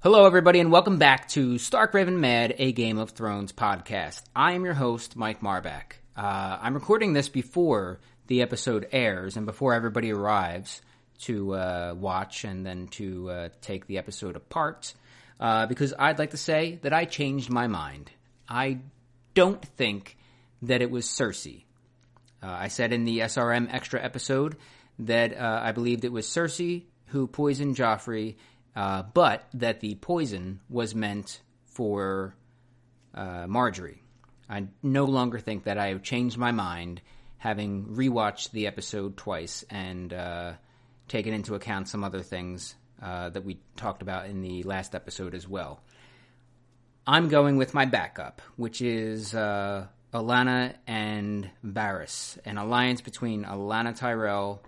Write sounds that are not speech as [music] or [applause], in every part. Hello, everybody, and welcome back to Stark Raven Mad, a Game of Thrones podcast. I am your host, Mike Marbach. Uh, I'm recording this before the episode airs and before everybody arrives to uh, watch and then to uh, take the episode apart uh, because I'd like to say that I changed my mind. I don't think that it was Cersei uh, I said in the SRM extra episode that uh, I believed it was Cersei who poisoned Joffrey, uh, but that the poison was meant for uh, Marjorie. I no longer think that I have changed my mind, having rewatched the episode twice and uh, taken into account some other things uh, that we talked about in the last episode as well. I'm going with my backup, which is uh, Alana and Varys, an alliance between Alana Tyrell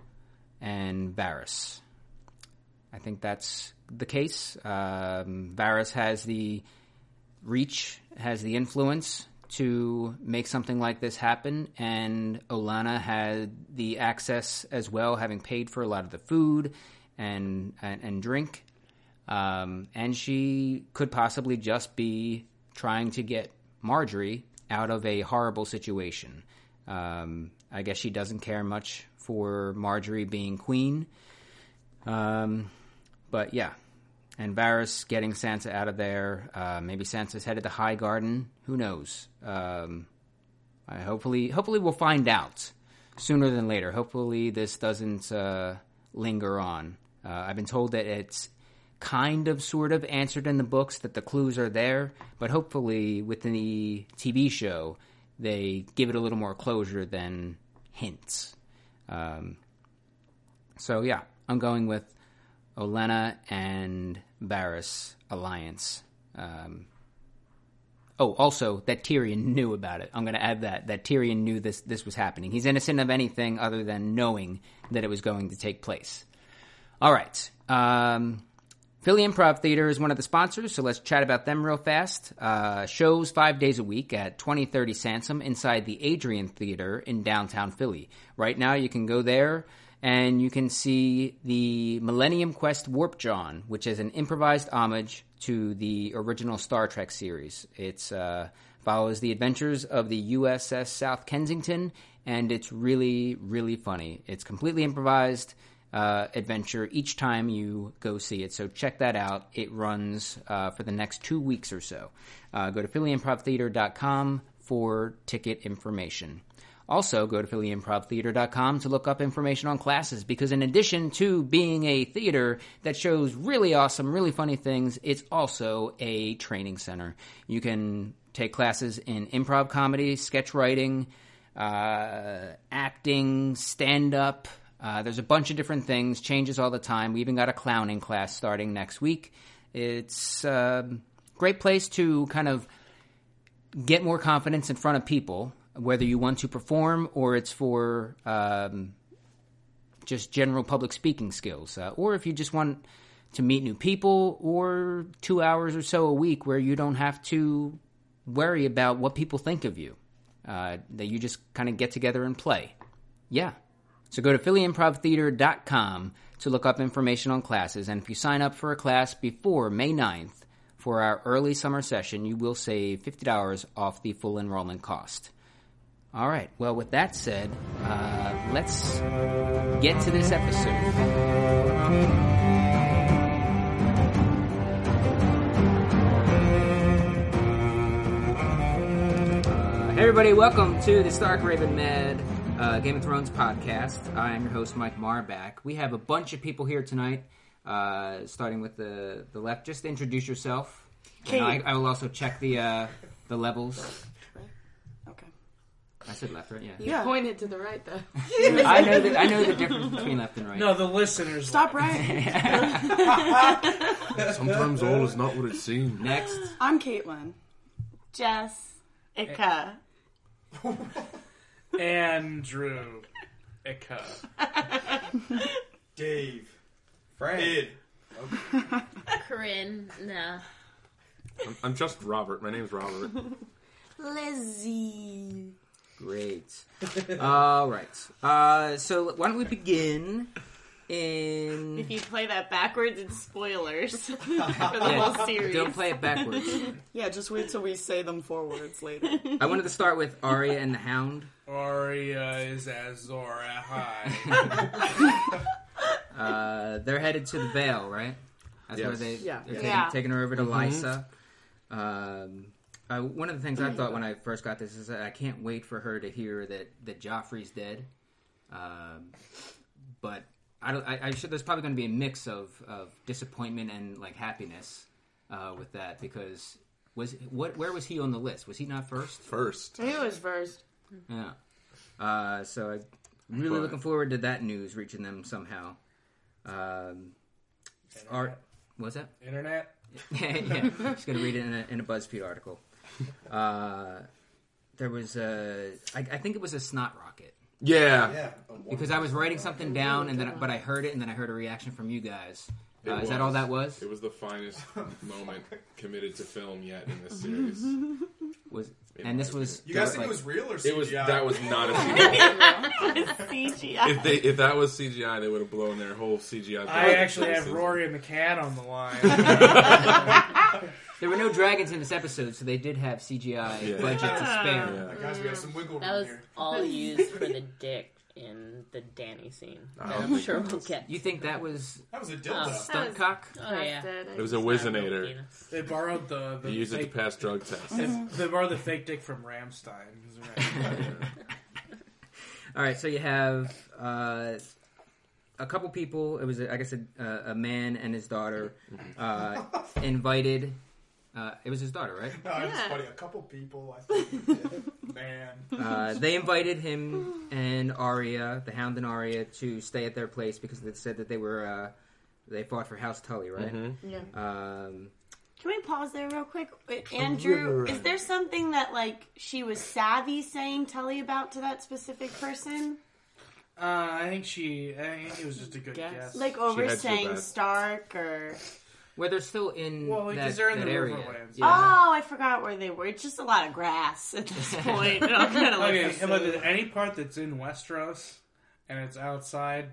and Varys. I think that's the case. Um, Varys has the reach, has the influence to make something like this happen, and Olana had the access as well, having paid for a lot of the food and and, and drink. Um, and she could possibly just be trying to get Marjorie out of a horrible situation. Um, I guess she doesn't care much for Marjorie being queen. Um, but yeah, and Varys getting Sansa out of there. Uh, maybe Sansa's headed to High Garden. Who knows? Um, I hopefully, hopefully we'll find out sooner than later. Hopefully this doesn't uh, linger on. Uh, I've been told that it's kind of, sort of answered in the books that the clues are there, but hopefully within the TV show they give it a little more closure than hints. Um, so yeah, I'm going with Olenna and Varys alliance. Um, oh, also that Tyrion knew about it. I'm going to add that that Tyrion knew this this was happening. He's innocent of anything other than knowing that it was going to take place. All right. Um, Philly Improv Theater is one of the sponsors, so let's chat about them real fast. Uh, shows five days a week at 2030 Sansom inside the Adrian Theater in downtown Philly. Right now, you can go there and you can see the Millennium Quest Warp John, which is an improvised homage to the original Star Trek series. It's uh, follows the adventures of the USS South Kensington, and it's really, really funny. It's completely improvised uh, adventure each time you go see it. So check that out. It runs uh, for the next two weeks or so. Uh, go to phillyimprovtheater.com for ticket information. Also, go to phillyimprovtheater.com to look up information on classes because, in addition to being a theater that shows really awesome, really funny things, it's also a training center. You can take classes in improv comedy, sketch writing, uh, acting, stand up. Uh, there's a bunch of different things, changes all the time. We even got a clowning class starting next week. It's a great place to kind of get more confidence in front of people, whether you want to perform or it's for um, just general public speaking skills, uh, or if you just want to meet new people, or two hours or so a week where you don't have to worry about what people think of you, uh, that you just kind of get together and play. Yeah. So go to phillyimprovtheater.com to look up information on classes, and if you sign up for a class before May 9th for our early summer session, you will save $50 off the full enrollment cost. All right. Well, with that said, uh, let's get to this episode. Uh, Hey everybody, welcome to the Stark Raven Med uh, Game of Thrones podcast. I am your host, Mike Marbach. We have a bunch of people here tonight, uh, starting with the, the left. Just introduce yourself. And I, I will also check the uh, the levels. Okay. I said left, right? Yeah. Yeah. Pointed to the right, though. I know the, I know the difference between left and right. No, the listeners. Stop right. [laughs] [laughs] Sometimes all is not what it seems. Next, [laughs] I'm Caitlin. Jess, Ika. Andrew. Ika. Dave. Frank. Id. [laughs] Corinne, no. I'm, I'm just Robert. My name's Robert. Uh, Lizzie. [laughs] great. All right. Uh, so why don't we begin in. If you play that backwards, it's [laughs] spoilers for the whole series. Don't play it backwards. Yeah, just wait till we say them forwards [laughs] later. I wanted to start with Arya and the Hound. Aria is Azora High. Uh, they're headed to the Vale, right? That's where Yes. Mm-hmm. they, Yeah. they're Yeah. Taking, taking her over to Lysa. Um, uh, one of the things I thought when I first got this is that I can't wait for her to hear that, that Joffrey's dead. Um, but I, don't, I, I should, there's probably going to be a mix of, of disappointment and like happiness uh, with that because was what where was he on the list? Was he not first? First, Who was first? Yeah. Uh, so I'm really But- looking forward to that news reaching them somehow. Um, Ar- what's that? [laughs] Internet. yeah, just gonna read it in a, in a BuzzFeed article. Uh, there was a, I, I think it was a snot rocket yeah. Yeah. because I was writing something down and then, but I heard it and then I heard a reaction from you guys. Uh, is that all that was? It was the finest moment committed to film yet in this series. [laughs] Was and this was You guys that think it was was real or CGI? It was that was [laughs] not a CGI. CGI. If they if that was CGI, they would have blown their whole CGI. I budget actually for this have season. Rory McCann on the line. like- [laughs] there were no dragons in this episode, so they did have CGI Yeah. budget to spare. Yeah. Guys, we got some wiggle room That was here. [laughs] all used for the dick in the Danny scene. I don't I'm think sure it we'll was. get. Oh, You think that was That was a dildo. Oh. stunt was- cock? Oh yeah. It was a Wizinator. they borrowed the. the They used it to fake- pass drug tests. they- They borrowed the fake dick from Ramstein. [laughs] All right, so you have uh, a couple people. It was, I guess, a, a man and his daughter uh, invited. Uh, it was his daughter, right? No, it was Yeah. funny. A couple people, [laughs] I think. Man. Uh, they invited him and Arya, the Hound and Arya, to stay at their place because they said that they were uh, they fought for House Tully, right? Yeah. Um, Can we pause there real quick? Wait, Andrew, is there something that like she was savvy saying Tully about to that specific person? Uh, I think she. I think it was just a good guess. Guess. Like had over to saying that. Stark or where they're still in Well, that, because they're in that the area. Riverlands. Yeah. Oh, I forgot where they were. It's just a lot of grass [laughs] at this point. I'm [laughs] kind of like [laughs] Okay, and look, any part that's in Westeros and it's outside,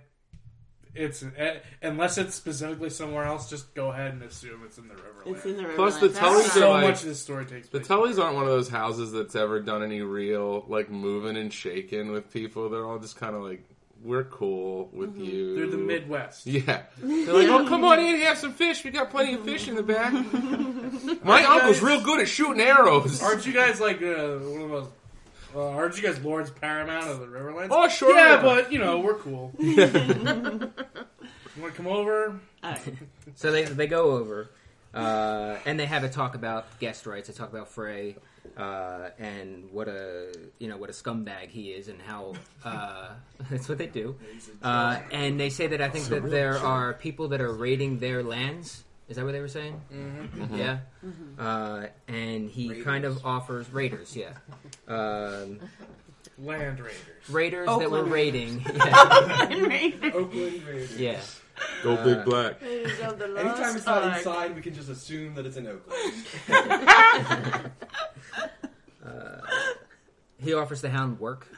it's eh, unless it's specifically somewhere else, just go ahead and assume it's in the it's Riverlands. in the river. Plus the That's Tully's not- So Like- much of this story takes The place. Tullys aren't one of those houses that's ever done any real like moving and shaking with people. They're all just kind of like, we're cool with Mm-hmm. you. Through the Midwest. Yeah. They're like, oh, come on in and have some fish. We got plenty of fish in [laughs] the back. My uncle's real good at shooting arrows. Aren't you guys like uh, one of those? Uh, aren't you guys Lords Paramount of the Riverlands? Oh, sure. yeah, but you know [laughs] we're cool. you want to come over? [laughs] So they they go over, uh, and they have a talk about guest rights. They talk about Frey uh, and what a you know what a scumbag he is, and how uh, [laughs] that's what they do. Uh, and they say that I think that there are people that are raiding their lands. Is that what they were saying? Mm-hmm. Yeah. Uh, and he kind of offers raiders. Yeah. Um, Land Raiders. raiders that were Oakland [laughs] raiding. Yeah. Oakland Raiders. yeah. Go big black. [laughs] Anytime it's not inside, we can just assume that it's in [laughs] Oakland. Uh, He offers the hound work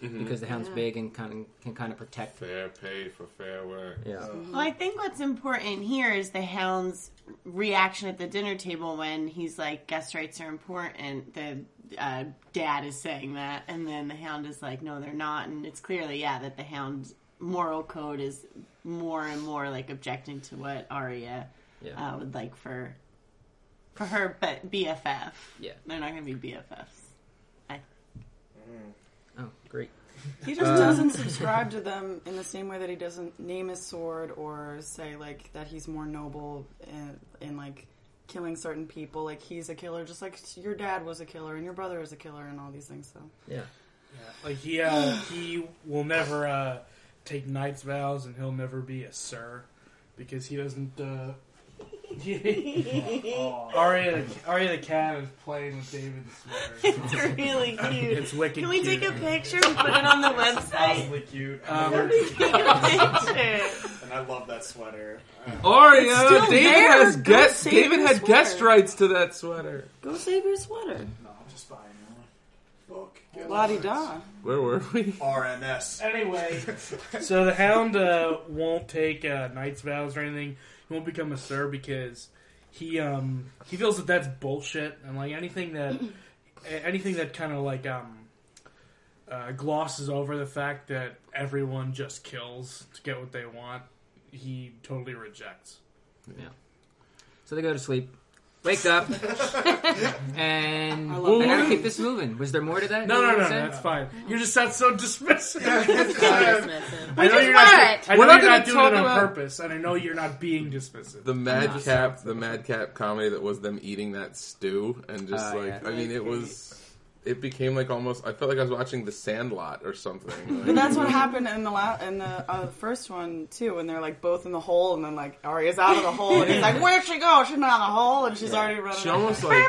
because the hound's big and kind of, can kind of protect Fair pay for fair work. Yeah. Well, I think what's important here is the hound's reaction at the dinner table when he's like, "Guest rights are important." The uh, dad is saying that, and then the hound is like, "No, they're not." And it's clearly, yeah, that the hound's moral code is more and more like objecting to what Arya Yeah. uh, would like for for her, but BFF. Yeah. they're not going to be BFFs. Oh, great. Uh, He [laughs] just doesn't subscribe to them in the same way that he doesn't name his sword or say like that he's more noble in, in like killing certain people. Like he's a killer, just like your dad was a killer and your brother is a killer and all these things. So Yeah. Like he [sighs] uh, he will never uh, take knight's vows, and he'll never be a sir because he doesn't. [laughs] Uh... Arya, Arya the cat is playing with David's sweater. It's really [laughs] cute. It's wicked. Can we cute. take a picture [laughs] [laughs] and put it on the website? Honestly [laughs] cute. Um, Take a [laughs] [laughs] picture. and I love that sweater. Aria, David there. has Go guest. save David your had guest sweater. rights to that sweater. Go save your sweater. No, I'm just buying another. Fuck. La di da. Oh. Where were we? RNS. [laughs] Anyway, so the Hound uh, won't take uh, Knight's vows or anything. He won't become a Sir because he um, he feels that that's bullshit and like anything that a- anything that kind of like um, uh, glosses over the fact that everyone just kills to get what they want. He totally rejects. So they go to sleep, wake up, and I, love gotta that. keep this moving. Was there more to that? No, you no, no, wanna no say? that's fine. You just sound so dismissive. [laughs] Dismissive. I know is you're not. what? I know We're not you're gonna not doing it talk on about- purpose, and I know you're not being dismissive. The madcap, the madcap comedy that was them eating that stew and just Oh, like, yeah. I mean, it was, it became like almost. I felt like I was watching The Sandlot or something. But Like, that's what happened in the la- in the uh, first one too, when they're like both in the hole, and then like Arya's out of the hole, and he's like, "Where'd she go? She's not in the hole, and she's already running." she almost like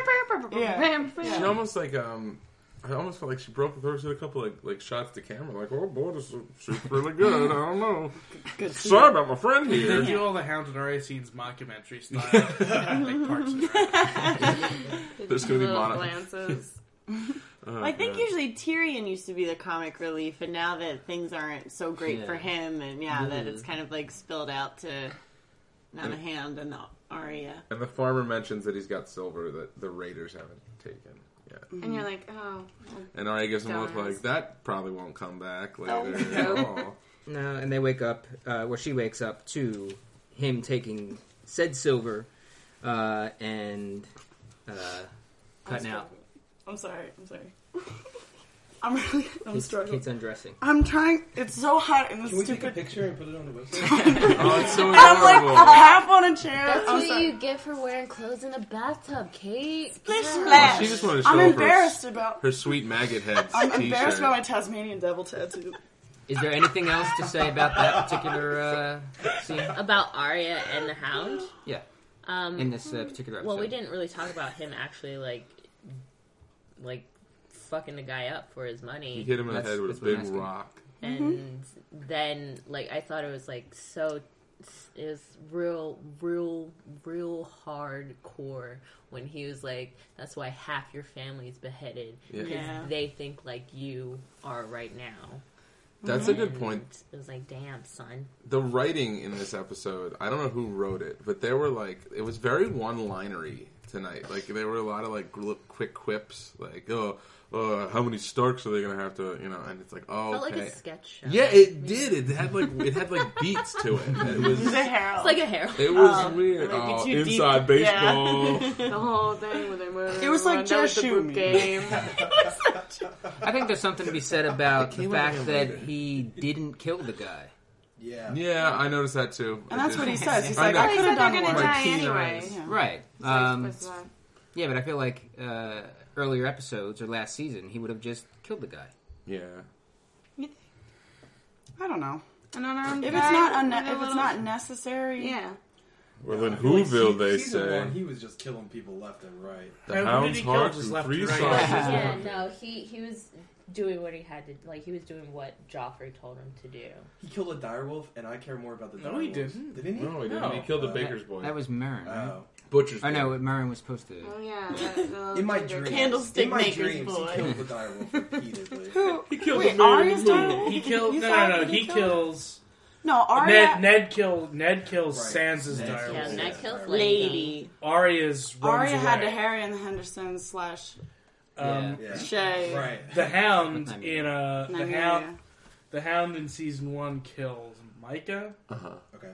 Yeah. she almost like um. I almost felt like she broke with her. She had a couple like like shots to camera, like, "Oh boy, this she's really good." I don't know. Sorry about my friend They here. do all the Hound and Arya scenes mockumentary style. [laughs] like Parks and Rec. [laughs] There's gonna be Little mono- glances. Oh, Well, I think God. usually Tyrion used to be the comic relief, and now that things aren't so great Yeah. for him, and yeah, that it's kind of like spilled out to now the hand and the Arya. And the farmer mentions that he's got silver that the raiders haven't taken yet. and you're like, oh, And Arya gives him a look Dumbass. like that probably won't come back Oh, later at all. No, and they wake up, uh, well, she wakes up to him taking said silver uh, and uh, cutting out. I'm sorry. I'm sorry. [laughs] I'm really. I'm Kate's, struggling. Kate's undressing. I'm trying. It's so hot in Can we this take a stupid. picture and put it on [laughs] the website? Oh, it's so I'm like adorable. half on a chair. That's I'm what sorry. you get for wearing clothes in a bathtub, Kate. Splish Yeah. splash. she just wanted to show I'm off embarrassed her, about. her sweet maggot head I'm t-shirt. embarrassed about my Tasmanian devil tattoo. Is there anything else to say about that particular uh, scene? About Arya and the Hound. Yeah, Um, in this uh, particular episode. well, we didn't really talk about him actually like, like, fucking the guy up for his He money, hit him in the That's- head with that's a what I'm big asking. Mm-hmm. rock. and then like I thought it was like so, it was real, real, real hardcore when he was like, "That's why half your family's beheaded Yeah. 'cause Yeah. they think like you are right now." That's a good And point. It was like, "Damn, son." The writing in this episode, I don't know who wrote it, but they were like, it was very one-linery tonight. Like there were a lot of like gl- quick quips, like oh, uh, how many Starks are they gonna have to, you know? And it's like, oh, Felt okay. like a sketch show. yeah, it did. It had like it had like beats to it. It [laughs] was The Harold. It's like a hair. It was weird. might be Oh, too deep. inside baseball. [laughs] [laughs] The whole thing with him. It was like just shoot me. game. I think there's something to be [laughs] said about the came out fact of that nowhere. he didn't kill the guy. Yeah. yeah, I noticed that too. and that's what he says. He's I like, know. I They could said have they're done gonna one. die keen anyway. eyes. Yeah. Right. Um, Um, yeah, but I feel like uh, earlier episodes or last season, he would have just killed the guy. Yeah. I don't know. an unarmed If it's guy not unne- with a if it's little- not necessary, yeah. Well, in I feel like Whoville, se- they season say One, he was just killing people left and right. the And who did hound's he kill? heart Just and left three and right. saucers. Yeah, no, he he was doing what he had to, like he was doing what Joffrey told him to do. He killed a direwolf, and I care more about the. No, he direwolves. didn't. Didn't he? No, he didn't. No. He killed the Uh, baker's boy. That was Merrin, right? Oh. butcher's. I know, Merrin was supposed to. Oh yeah. [laughs] that little In my ginger dreams, kid. Candlestick in my maker's dreams, boy. he killed the direwolf repeatedly. He killed Wait, the man. Arya's done He killed. You No, saw no, no. him? He kills. No, Arya. Ned. Ned killed. Ned kills Right. Sansa's Ned direwolf. Yeah, Yeah, and that kills right. Lady. Lady, Arya's runs Arya had to away. Harry and the Hendersons slash Um, Yeah. yeah. Shay. Right. [laughs] The Hound With Nymeria. in uh the Nymeria. Hound the Hound in season one kills Micah, Uh-huh. Okay.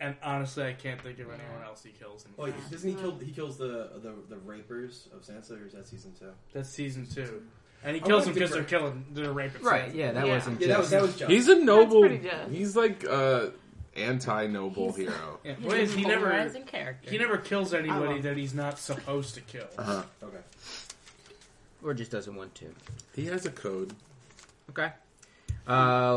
and honestly, I can't think of anyone else he kills. In Well, doesn't he kill? He kills the the the rapers of Sansa, or is that season two? That's season two, and he I kills them like the because they're gra- killing, they're raping. Right, yeah, that Yeah. wasn't Yeah, just. that was that was just. He's a noble. pretty just. He's like uh, [laughs] anti-noble hero. Yeah. Well, he never Polarizing character. he never kills anybody love- that he's not supposed to kill. Uh-huh. okay. or just doesn't want to. He has a code. Okay. Uh,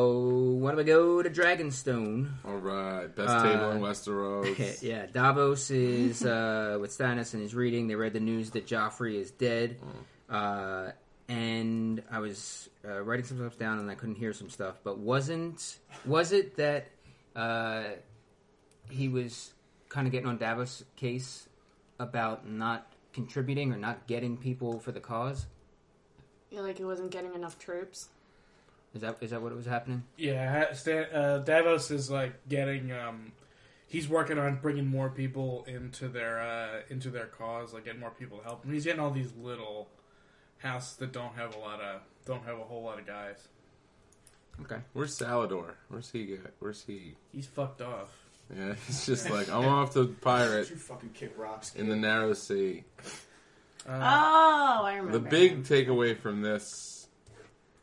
why don't we go to Dragonstone? All right, best Uh, table in Westeros. [laughs] yeah, Davos is uh, with Stannis and he's reading. They read the news that Joffrey is dead. Mm. Uh, and I was uh, writing some stuff down and I couldn't hear some stuff. But wasn't was it that uh, he was kind of getting on Davos' case about not contributing or not getting people for the cause? Yeah, like it wasn't getting enough troops. Is that is that what was happening? Yeah, ha- Stan, uh, Davos is like getting. Um, he's working on bringing more people into their uh, into their cause, like getting more people to help him. He's getting all these little houses that don't have a lot of don't have a whole lot of guys. Okay. Where's Salador? Where's he? At? Where's he? He's fucked off. Yeah, [laughs] he's just like I'm off to pirate You fucking kick rocks. in the narrow sea. Uh, Oh, I remember. The big takeaway from this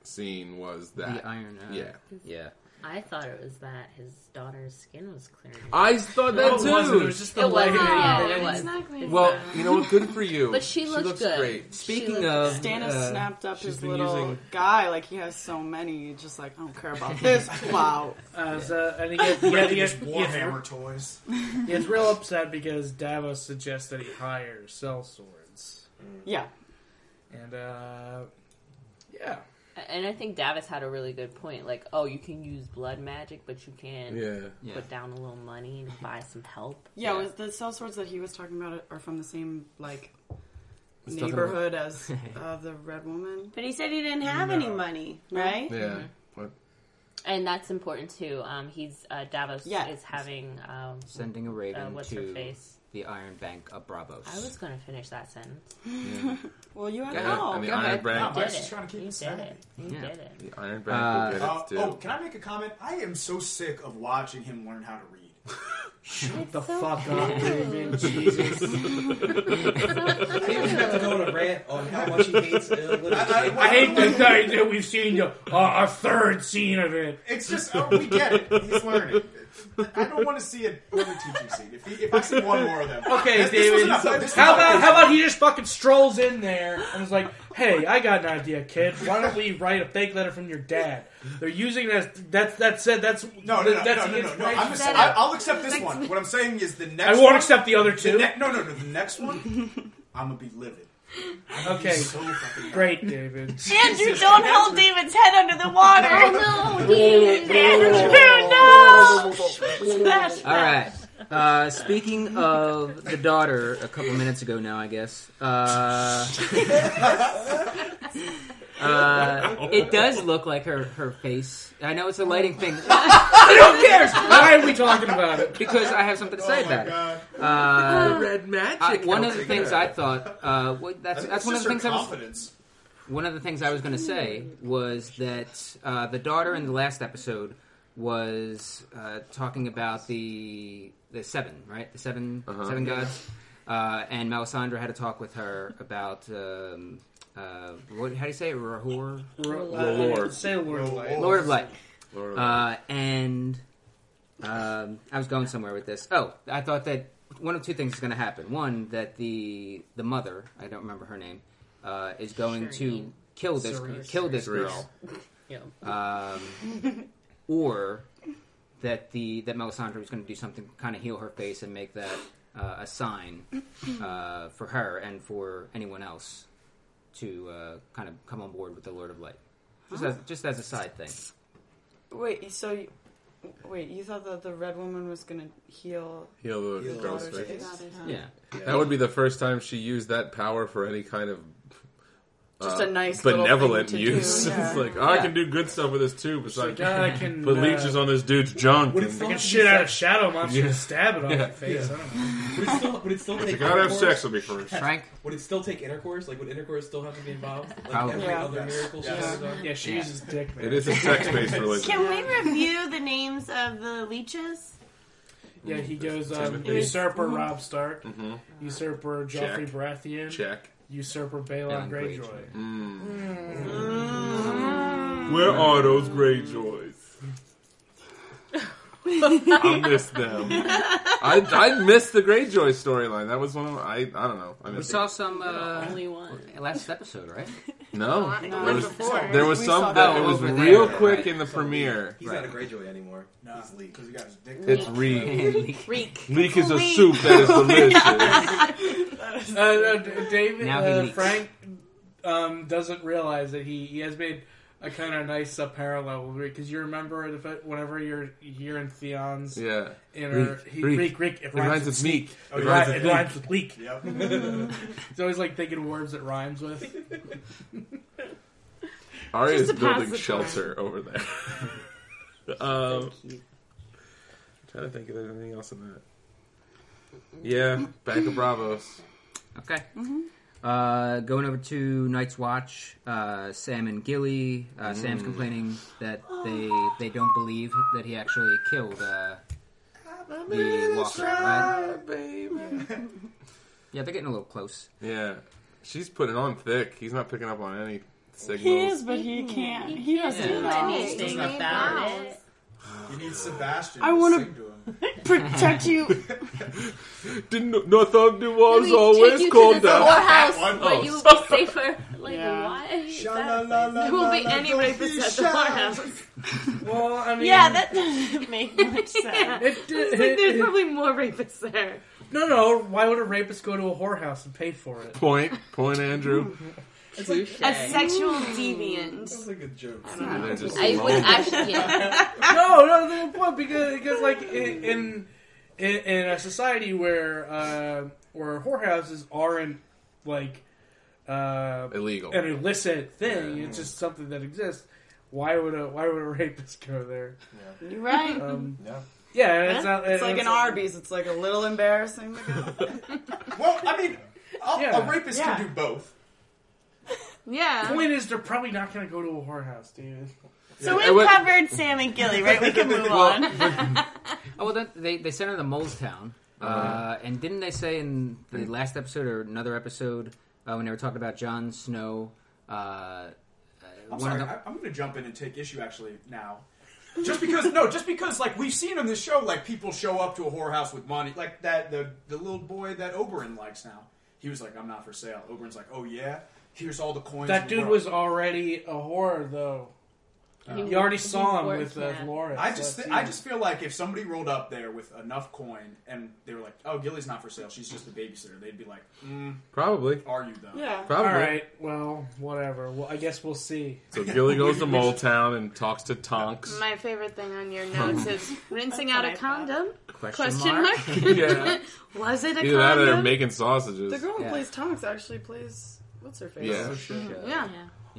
scene was that. The Iron. Uh, yeah, Yeah. I thought it was that his daughter's skin was clearing. I thought no, that it wasn't. It too. was just the it was. leg. Oh, Yeah, it was. Exactly. Well, you know what? Good for you. [laughs] But she looks looks good. great. Speaking looked- of Stannis uh, snapped up she's his been little using- guy, like he has so many. You're just like, I don't [laughs] care about this. wow. Uh, so, [laughs] and he gets, he Yeah, gets, he they gets, just Warhammer toys. he gets real upset because Davos suggests that he hire sell swords, Yeah. and uh, yeah, And I think Davis had a really good point. Like, oh, you can use blood magic, but you can Yeah. Yeah. put down a little money and buy some help. Yeah, Was the cell swords that he was talking about are from the same, like, It's nothing neighborhood as uh, the Red Woman. But he said he didn't have any money, right? Yeah. But And that's important too. Um, he's uh, Davos Yeah. is having um, sending a uh, raven what's her to face? the Iron Bank of Bravos. [laughs] I was gonna finish that sentence. Well, you had Yeah, it all. and the Go ahead. Iron Bank. I Did was just it. trying to keep You it did snappy. it. You Yeah. did it. The Iron Bank Uh, will get oh, its due. can I make a comment? I am so sick of watching him learn how to [laughs] read. Shut the so fuck up, Raven. Jesus. I think we have to go on a rant on how much he hates illiteracy. I hate the fact that we've seen the, uh, a third scene of it. It's just oh, we get it. He's learning. I don't want to see a another teaching scene. If, he, if I see one more of them, Okay, This- this was David. enough. This how was about enough. how about he just fucking strolls in there and is like, "Hey, I got an idea, kid. Why don't we write a fake letter from your dad? They're using that. That's that's said. That's No, no, no, that's no, the no, no, no. inspiration. I'm just, I, I'll accept this one. What I'm saying is the next. I one, won't accept the other The two. ne- no, no, no. The next one, [laughs] I'm gonna be livid. I'm gonna be Okay. so fucking Great, David. Andrew, don't hold David's head under the water. No, he- Andrew, no! Smash All right. Uh, speaking of the daughter, a couple minutes ago now, I guess. Uh, uh, it does look like her, her face. I know it's a lighting thing. Who cares? Why are we talking about it? because I have something to say about Oh God. it. Uh, Red magic. I- one of the helping things her. I thought uh, well, that's that's one of the things I was confidence. one of the things I was going to say was that uh, the daughter in the last episode was uh, talking about the the seven, right? The 7 seven gods. Uh, and Melisandre had a talk with her about um, uh, what? How do you say it? Rahor, Lord. uh, Say a word. like- Lord of Light. Lord of the Rings. Uh, and um, I was going somewhere with this. Oh, I thought that one of two things is going to happen. One, that the the mother, I don't remember her name, uh, is going to Shireen. kill this Cerise. kill this Cerise. girl, Yeah. um, or that the that Melisandre was going to do something to kind of heal her face and make that uh, a sign uh, for her and for anyone else to uh, kind of come on board with the Lord of Light. Just as just as a side thing. Wait, so you, wait, you thought that the Red Woman was gonna heal Heal the Heal girl's daughter's face. Yeah. That would be the first time she used that power for any kind of just uh, a nice little thing benevolent to do, use. [laughs] yeah. it's like oh, I Yeah. can do good stuff with this too, but Like, like, ah, I can put uh, leeches on this dude's junk. Would it and- fuck- Get shit out of Shadow Monster and stab it on Yeah. your face. I don't know. Would it still, would it still You take gotta have intercourse? sex with me first. Frank? Would it still take intercourse? Like, would intercourse still have to be involved? Like Probably. every Yeah. other Yes. miracle she Yes. does? Yeah, she Yeah. uses dick. Man. It is a sex-based religion. Can we review the names of the leeches? Yeah, he goes um, Timothy. Mm-hmm. usurper Rob Stark, usurper Check. Joffrey Baratheon, Check. Mm. usurper Balon Balon Greyjoy. Greyjoy. Where are those Greyjoys? [laughs] I miss [laughs] them. I I missed the Greyjoy storyline. That was one of my, I I don't know. I We missed saw some uh, Only one. [laughs] last episode, right? it. No, No, there was before. there was We saw some that that it was over there. real quick Right. in the premiere. He's not a Greyjoy anymore. Nah, He's Lee. because he got his dick. It's Reek. Reek. Reek. Leek is a Leek. soup that is [laughs] [laughs] delicious. Uh, uh, D- David Now he uh, leaks. Frank um, doesn't realize that he, he has made a kind of nice uh, parallel with because you remember the, fa- whenever you're here in Theon's yeah, inner Reek, he, Reek. Reek, Reek, it it rhymes with meek. it It rhymes, rhymes with it rhymes with [laughs] leak. Yep. [laughs] He's always like thinking words that rhymes with. Arya is Just to pass building the shelter over [laughs] there. um, trying to think if there's anything else in that. Yeah, Bank of Bravos. Okay. Uh, going over to Night's Watch, uh, Sam and Gilly. Uh, Sam's Mm. complaining that Oh. they they don't believe that he actually killed uh, the walker. Right? Yeah, they're getting a little close. Yeah, she's putting on thick. He's not picking up on any signals. He is, but he can't. He doesn't do know. anything about it. You need Sebastian. I to wanna- sing to him. Protect you. [laughs] Didn't Northampton was always you called to the down. storehouse, One- but oh, you will be safer. [laughs] Like, Yeah. why? is Sha that la place? la la There will la be la any la rapists at the la. storehouse. Well, I mean, Yeah, that doesn't make much sense. it, did- It's like it- there's it- probably more rapists there. no, no. Why would a rapist go to a whorehouse and pay [laughs] for it? Point, point, Andrew. Touche. A sexual Mm. deviant. That's like a joke. They're just I would lonely. actually, yeah. [laughs] no, no, that's the point because because like in in, in, in a society where uh, where whorehouses aren't like uh, illegal. an illicit thing, it's just something that exists. Why would a why would a rapist [laughs] go there? You're right. Um, Yeah. yeah, it's not. It's like an Arby's. It's like a little embarrassing to go. [laughs] Well, I mean, a, Yeah. a rapist Yeah. can do both. The Yeah. point is, they're probably not going to go to a whorehouse, dude. So Yeah, we've what- [laughs] covered Sam and Gilly, right? We can move on. Oh well, then they they sent her to Molestown, uh, Mm-hmm. and didn't they say in the last episode or another episode uh, when they were talking about Jon Snow? Uh, uh, I'm one of sorry. the- I, I'm going to jump in and take issue actually now. Just because no, just because like we've seen on this show, like people show up to a whorehouse with money, like that the the little boy that Oberon likes now. He was like, "I'm not for sale." Oberon's like, "Oh yeah, here's all the coins." in That the dude world." was already a whore, though. You already saw him with uh, Laura. I just th- I just feel like if somebody rolled up there with enough coin and they were like, "Oh, Gilly's not for sale. She's just a babysitter," they'd be like, mm, Probably. "Are you though?" Yeah. All Probably. right. Well, whatever. Well, I guess we'll see. So [laughs] Gilly goes [laughs] to Mole Town and talks to Tonks. My favorite thing on your notes is rinsing That's out what a I thought. condom? question, Question mark. [laughs] mark? yeah. [laughs] Was it a Either that or they're condom? making The sausages. girl who Yeah. plays Tonks actually plays what's her face? Yeah. yeah.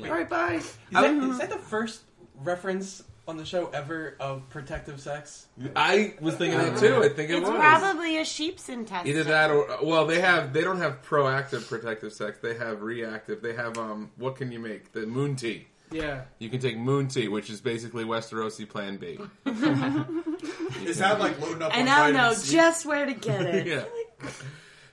All right, Mm-hmm. bye. Is that, Um, is that the first reference on the show ever of protective sex? I was thinking that too. I think it It's was. [laughs] probably a sheep's intestine. Either that or well, they have they don't have proactive protective sex. They have reactive. They have um, what can you make? The moon tea. Yeah. You can take moon tea, which is basically Westerosi Plan B. Is that like loading up? And on I'll vitamin know C? just where to get it. [laughs] yeah.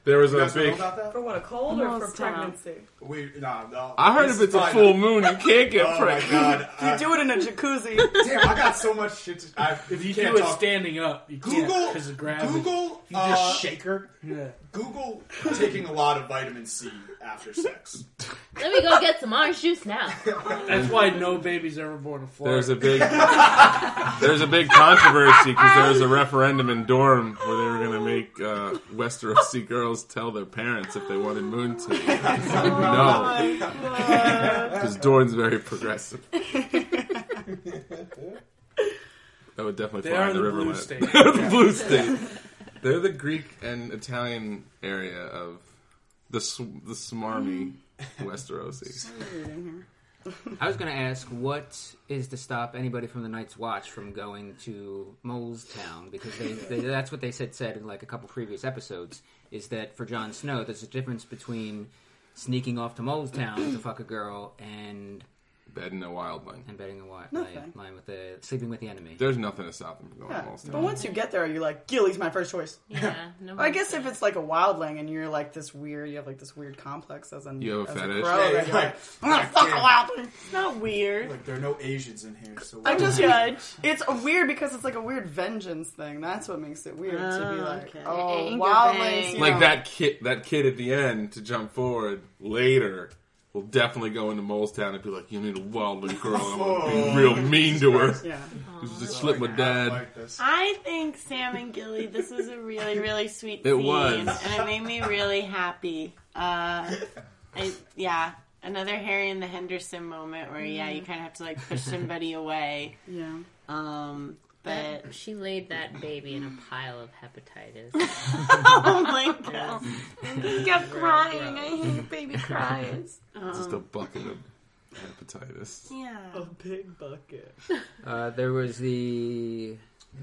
There was You a guys know big. about that? For what, a cold or for Almost down. pregnancy? We, nah, no, I heard This if it's a fine. full moon, you can't get [laughs] Oh my pregnant. god! [laughs] You I- do it in a jacuzzi. [laughs] damn, I got so much shit. To, I, if You you do can't it talk, standing up. You can't Google- 'cause of gravity. Google. You Uh, just shake her. Yeah. Google taking a lot of vitamin C after sex. Let me go get some orange juice now. That's why no baby's ever born in Florida. There's a [laughs] big [laughs] there's a big controversy because there was a referendum in Durham where they were going to make uh, Westerosi girls tell their parents if they wanted moon tea. no, because Durham's very progressive. That would definitely They fly are in the, the river. blue Lat- state. They're [laughs] the blue state. They're the Greek and Italian area of the sw- the smarmy Mm. Westerosi. [laughs] I was going to ask, what is to stop anybody from the Night's Watch from going to Molestown? Because they, they, that's what they said said in like a couple previous episodes is that for Jon Snow, there's a difference between sneaking off to Molestown to fuck a girl and Bed in a wildling. and betting a wi- Nothing. line, line with the sleeping with the enemy. There's nothing to stop them from going Yeah. to Allstate. But once you get there, you're like, Gilly's my first choice. [laughs] Yeah, no. I guess if it's like a wildling and you're like this weird, you have like this weird complex as an You have a as Oh, fetish? crow, Yeah, then yeah, you're like, like, I'm gonna yeah, [laughs] fuck yeah. a wildling. It's not weird. Like there are no Asians in here, so I just Judge. It's a weird because it's like a weird vengeance thing. That's what makes it weird to be Oh, like, okay. oh, Anger wildlings. bang. you know. like that kid, that kid at the end to jump forward later will definitely go into Molestown and be like, "You need a wildling girl. I'm gonna be real mean to her. Yeah. Just slip my dad." Like this. I think Sam and Gilly, this was a really, really sweet It scene, was. and it made me really happy. Uh, I, yeah, another Harry and the Henderson moment where yeah, you kind of have to like push somebody away. Yeah. Um, but she laid that baby in a pile of hepatitis. oh my [laughs] god, [laughs] You kept crying. I hate baby cries. Just a bucket of Hepatitis. Yeah. A big bucket. Uh, there was the.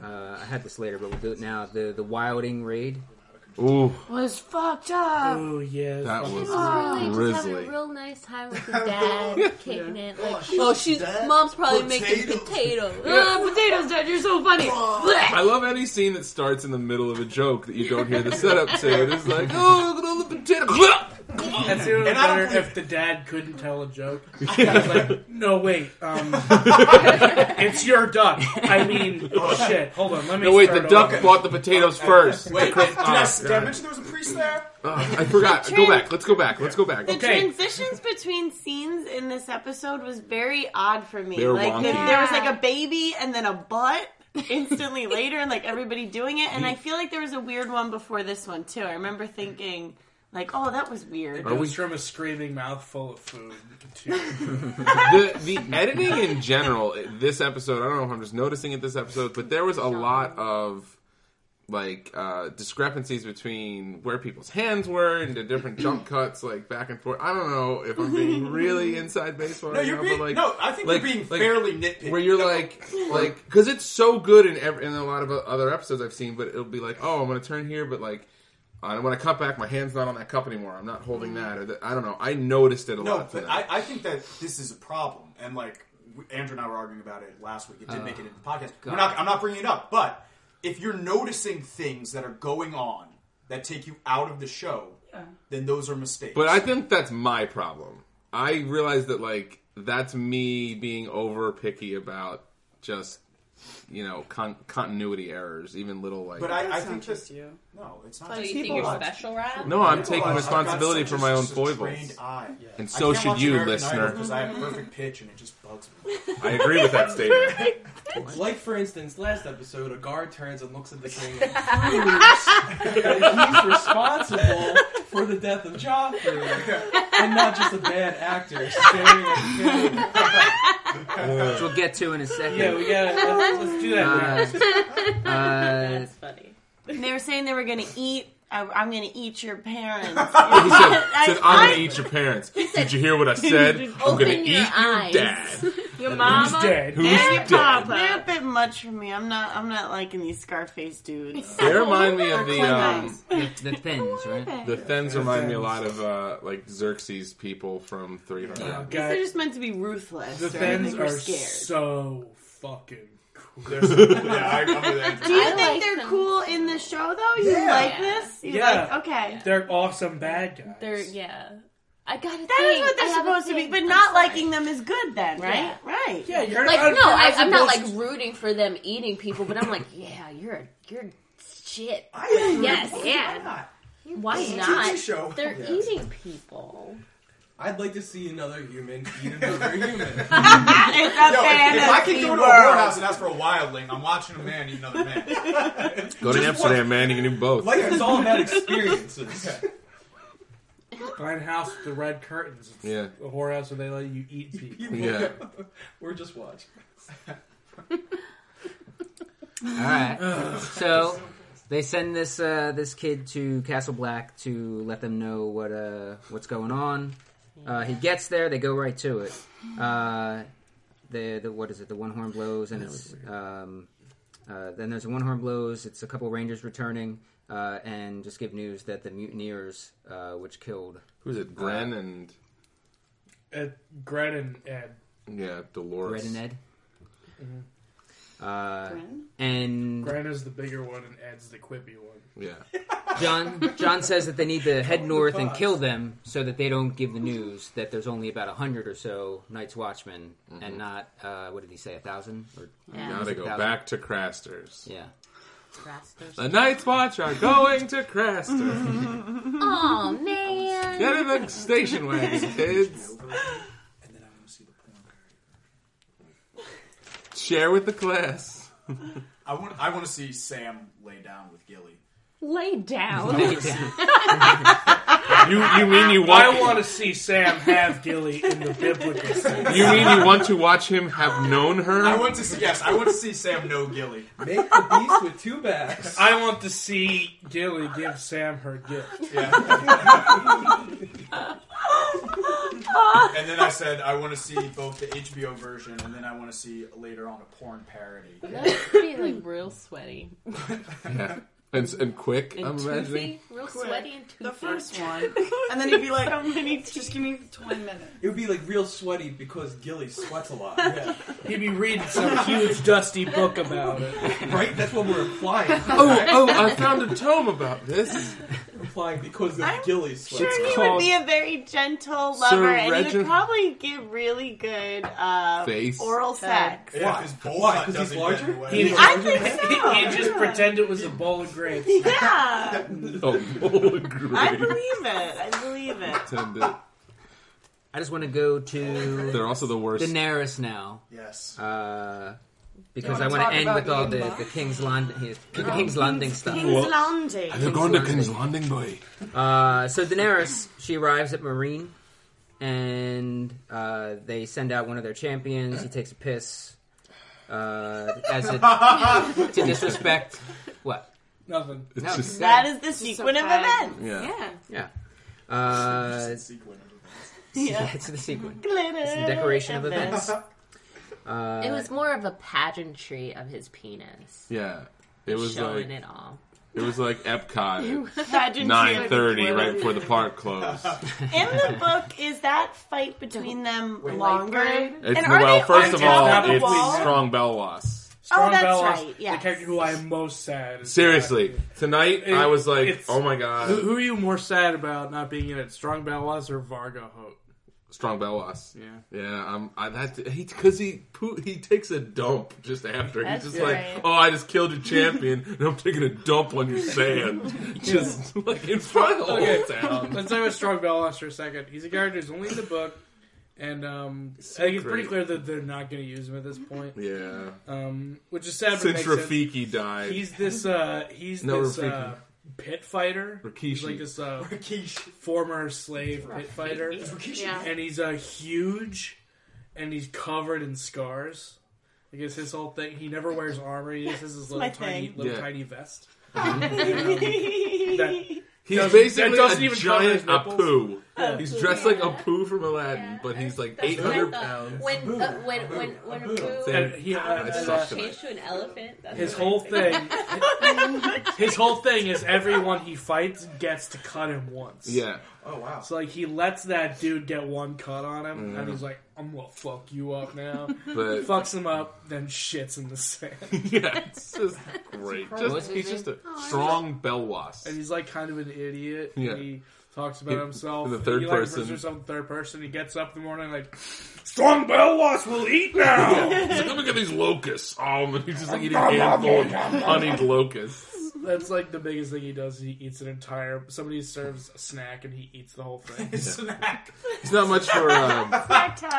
Uh, I had this later, but we'll do it now. The the Wilding raid. Ooh, Was fucked up. Oh yes. that She was was Oh, really just having grizzly. a real nice [laughs] time with her dad, kicking it. Like, she's oh, she's dead. mom's probably making Oh, Potatoes. [laughs] potatoes. Ah, potatoes dead. You're so funny. Blech. I love any scene that starts in the middle of a joke that you don't hear the setup to. It is like, oh, look at all the potato. That's even I don't better believe- if the dad couldn't tell [laughs] a joke. He was like, no, wait, um, it's your duck. I [laughs] mean, oh shit, hold on, let me. No, wait, the start duck over. bought the potatoes first. Wait, did I, Oh, did I God. mention there was a priest there? Ugh, I forgot. Go back. Let's go back. Let's go back. The Okay. transitions between scenes in this episode was very odd for me. They were like wonky. there was like a baby and then a butt instantly later, and like everybody doing it. And I feel like there was a weird one before this one too. I remember thinking like, oh, that was weird. It was from a screaming mouthful of food. [laughs] to- the the editing in general this episode i don't know if i'm just noticing it this episode but there was a lot of like uh discrepancies between where people's hands were and the different [clears throat] jump cuts like back and forth i don't know if i'm being [laughs] really inside baseball No, right you're now, being but like no. I think like- you're being like- fairly nitpicky. where you're No. [clears throat] like, like, because it's so good in every, in a lot of other episodes I've seen, but it'll be like, oh, I'm gonna turn here, but like, I when I cut back, my hand's not on that cup anymore. I'm not holding that, or that, I don't know. I noticed it a Mm. no, lot. but tonight. I, I think that this is a problem, and like we- Andrew and I were arguing about it last week. It didn't make it into the podcast. We're not, I'm not bringing it up, but if you're noticing things that are going on that take you out of the show, then those are mistakes. But I think that's my problem. I realize that like that's me being over picky about just you know con- continuity errors, even little like. but I, I That's not think just that you. no, it's not. So just you think people. you're special, Rob? no, I'm People taking are- I've got responsibility such for a- my own such a foibles, trained eye. and I so can't should watch you, American Idol listener. 'cause I have perfect pitch, and it just bugs me. I agree with that statement. [laughs] Like for instance, last episode, a guard turns and looks at the king and proves [laughs] that he's responsible for the death of Joffrey, and not just a bad actor staring at the king. Which we'll get to in a second. yeah, we gotta let's, let's do that. [laughs] now. Uh, [laughs] [laughs] uh, That's funny. And they were saying they were gonna eat. I, I'm gonna eat your [laughs] parents. he said, [laughs] I- said, "I'm I- gonna eat your parents." Did you hear [laughs] what I said? I'm gonna Open eat your your [laughs] eyes. dad. Your Who's mama. dead? Who's They're, dead? they're a bit much for me. I'm not. I'm not liking these Scarface [laughs] dudes. They remind me of the um, Guys. the, the thins, right? the Thens remind me a lot of uh, like Xerxes people from Three Hundred. These are Guys, just meant to be ruthless. the or I think fans we're are scared. so fucking. [laughs] cool. yeah, I remember that. [laughs] Do you I think like they're them. cool in the show though? You Yeah. like this? You Yeah. Like, okay. They're awesome bad guys. They're yeah. I got it. That is what they're supposed to be, but not liking them is good then, right? Yeah. Right. yeah, you're Like not- you're no, I, I'm not like supposed rooting for them eating people, but I'm like, [laughs] yeah, you're a, you're shit. I am. Yes, Why yeah. not? Why It's a TV not? show. They're Yeah. eating people. I'd like to see another human [laughs] eat another human. Yo, It's a if, if I fantasy can go to a world. whorehouse and ask for a wildling, I'm watching a man eat another man. Go to Amsterdam, man. You can do both. Life is all about experiences. [laughs] to- Blind house with the red curtains. It's Yeah. a whorehouse where they let you eat people. People- Yeah. Or just watch. All Uh. right. So they send this uh, this kid to Castle Black to let them know what uh, what's going on. Uh, he gets there. They go right to it. Uh, the the what is it? The one horn blows, and it's um, uh, then there's one horn blows. It's a couple rangers returning. Uh, and just give news that the mutineers, uh, which killed, Who's it? Bren and Uh, Gren and Ed. Mm-hmm. yeah, Dolores. Red and Ed, uh, and Gren is the bigger one, and Ed's the quippy one. Yeah. John John says that they need to head north and kill them so that they don't give the news that there's only about a hundred or so Night's Watchmen and not uh, what did he say a thousand or Now Yeah. they Mm-hmm. go Thousand. back to Craster's. yeah The Night's Watch are going to Craster. [laughs] Oh man. Get in the station wagon, kids. And then I'm going to see the porn. [laughs] Share with the class. I want. I want to see Sam lay down with Gilly. Lay down. [laughs] You you mean you I want want to see Sam have Gilly in the biblical sense. you mean you want to watch him have known I her? want to see. Yes, I want to see Sam know Gilly. Make the beast with two backs. [laughs] I want to see Gilly give Sam her gift. Yeah. and then then I said I want to see both the HBO version and then I want to see later on a porn parody. That's pretty like real sweaty. Yeah. And, and quick, And I'm [laughs] imagining. toothy, real Quick. sweaty and toothy. [laughs] The first one, and then he'd be like, "Just give me twenty minutes." It would be like real sweaty because Gilly sweats a lot. He'd be reading some huge dusty book about it. Right? That's what we're implying. Oh, oh, I found a tome about this. We're implying because of I'm Gilly sweats. Sure, he would called- be a very gentle lover, Sir and he Reginald- would probably give really good uh, Face. oral sex. Yeah, [laughs] if his bull Why? nut 'Cause he's doesn't larger? get in the way. [laughs] He- [laughs] I think so. He'd just pretend it was a bowl of Oh, grapes. Yeah, Oh, [laughs] I great. believe it. I believe it. Intended. I just want to go to They're also the worst. Daenerys now. Yes. Uh, because You I want wanna talk to end about with all the, being the King's Landing, his- King's Landing stuff. King's Well- Landing. They're going to King's Landing, boy. Uh, so Daenerys, she arrives at Marine, and uh, they send out one of their champions. He takes a piss uh, as a, to disrespect. What? Nothing. [laughs] It's No. just That is the is so sequence of bad. events. yeah. Yeah. Yeah. Uh, Sequin. yeah, [laughs] it's the [laughs] sequin. Glitter. It's the decoration of events. Uh, it was more of a pageantry of his penis, Yeah. It was showing like it all. it was like [laughs] Epcot Pageantry at of nine thirty, events. right before the park closed. [laughs] In the book, is that fight between them longer? Like, It's And are well, they first of on all, top of a it's wall? Oh, strong Belwas. Strong that's Bellas, right, yes. The character who I am most sad. is Seriously, tonight It- I was like, it's- "Oh my about. Who, god, who are you more sad about not being in it? Strong Bellas or Vargo Hope? strong Belwas." Yeah. Yeah, I'm. I that he because he poo, he takes a dump just after. That's He's just right. like, oh, I just killed your champion, and I'm taking a dump on your sand, [laughs] just like [laughs] in front of the whole Okay. town. Let's talk about Strong Bellas for a second. He's a character who's only in the book, and um, So I think it's pretty great. clear that they're not going to use him at this point, Yeah, um, which is sad. But since makes sense. Rafiki died, He's this. Uh, he's No, this Rafiki. uh, pit fighter. He's Rikishi. like this uh, Rakesh. former slave pit fighter, Rakesh. Yeah. and he's uh, huge, and he's covered in scars. I guess his whole thing. He never wears armor. He just has his little my tiny, thing. little Yeah. tiny vest. he's doesn't- basically that doesn't a even cover his giant nipples. Apu. He's dressed like Apu from Aladdin, Yeah, but he's that's- like that's eight what I hundred thought. pounds. When uh, when when when Abu And he, uh, I and, suck uh, tonight. changed to an elephant. That's his what I whole think. thing. [laughs] His whole thing is everyone he fights gets to cut him once. Yeah, Oh, wow. So like he lets that dude get one cut on him, and he's like, "I'm gonna fuck you up now." Mm. [laughs] but Fucks him up, then shits in the sand, [laughs] yeah, it's just great. Just, he's just a strong Belwas. and he's like kind of an idiot. Yeah. And he talks about He- himself. the and third he, like, person. refers to himself in third person. He gets up in the morning like, "Strong Belwas will eat [laughs] now." He's like, let me get these locusts. Um, and he's just [laughs] like eating a handful of honeyed locusts. That's like the biggest thing he does. He eats an entire. Somebody serves a snack, and he eats the whole thing. [laughs] Snack. He's not much for [laughs] um,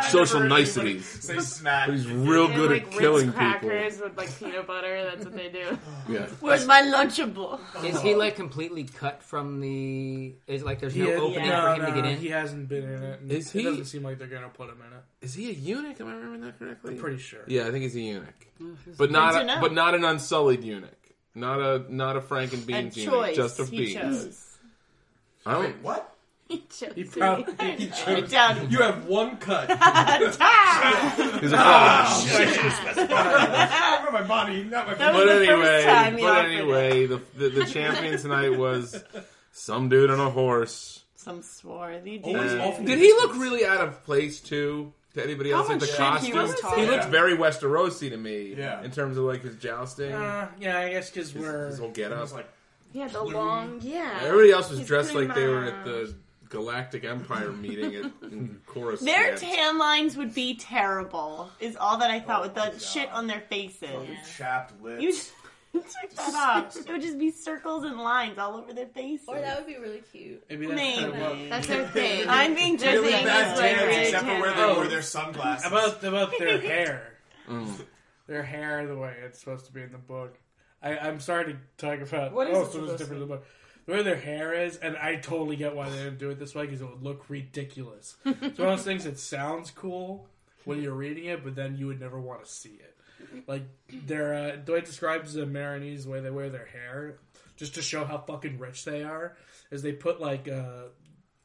social Never anybody niceties, [laughs] Say snack. but he's real They good like at Ritz killing people. crackers with like peanut butter. That's what they do. Yeah, Where's my Lunchable? is he like completely cut from the? Is like there's no He- opening no, for him no, to get in? He hasn't been in it. and Is It he- doesn't seem like they're gonna put him in it. is he a eunuch? Am I remembering that correctly? I'm pretty sure. Yeah, I think he's a eunuch, but not to know. a, but not an unsullied eunuch. Not a not a Frank and a Beans eunuch, choice just a he bean. chose. I don't. Wait, [laughs] [laughs] what? He chose He to probably He Put chose- down. You have one cut. [laughs] Ah, He's like, oh, Over my body, not my. That was but the anyway, first time he but offered it. anyway, the, the the champion tonight was some dude on a horse. Some swarthy dude. Always off in the Did he distance. look really out of place too? To anybody How else, like the much shit costume, he he, was talking looked about. very Westerosi to me. Yeah. in terms of like his jousting, Uh, yeah, I guess because his, we're his whole get I up. was like, Yeah, the long. Yeah. Everybody else was He's dressed pretty like they were at much- the Galactic Empire meeting at in Chorus. Their Land. tan lines would be terrible. Is all that I thought with Oh, the God. shit on their faces. chapped lips. You just [laughs] check [laughs] that up. It would just be circles and lines all over their faces. Or that would be really cute. maybe that's kind of what- Maybe. That's [laughs] their thing. I'm being judging really bad as like tan, really except for where tan. they wore their sunglasses. about about their hair. Mm. Their hair, the way it's supposed to be in the book. I, I'm sorry to talk about. What is oh, it so supposed it's to different in the book. The way their hair is, and I totally get why they didn't do it this way because it would look [laughs] ridiculous. it's one of those things that sounds cool when you're reading it, but then you would never want to see it. Like their uh, the way it describes the Marinese the way they wear their hair, just to show how fucking rich they are, is they put like uh,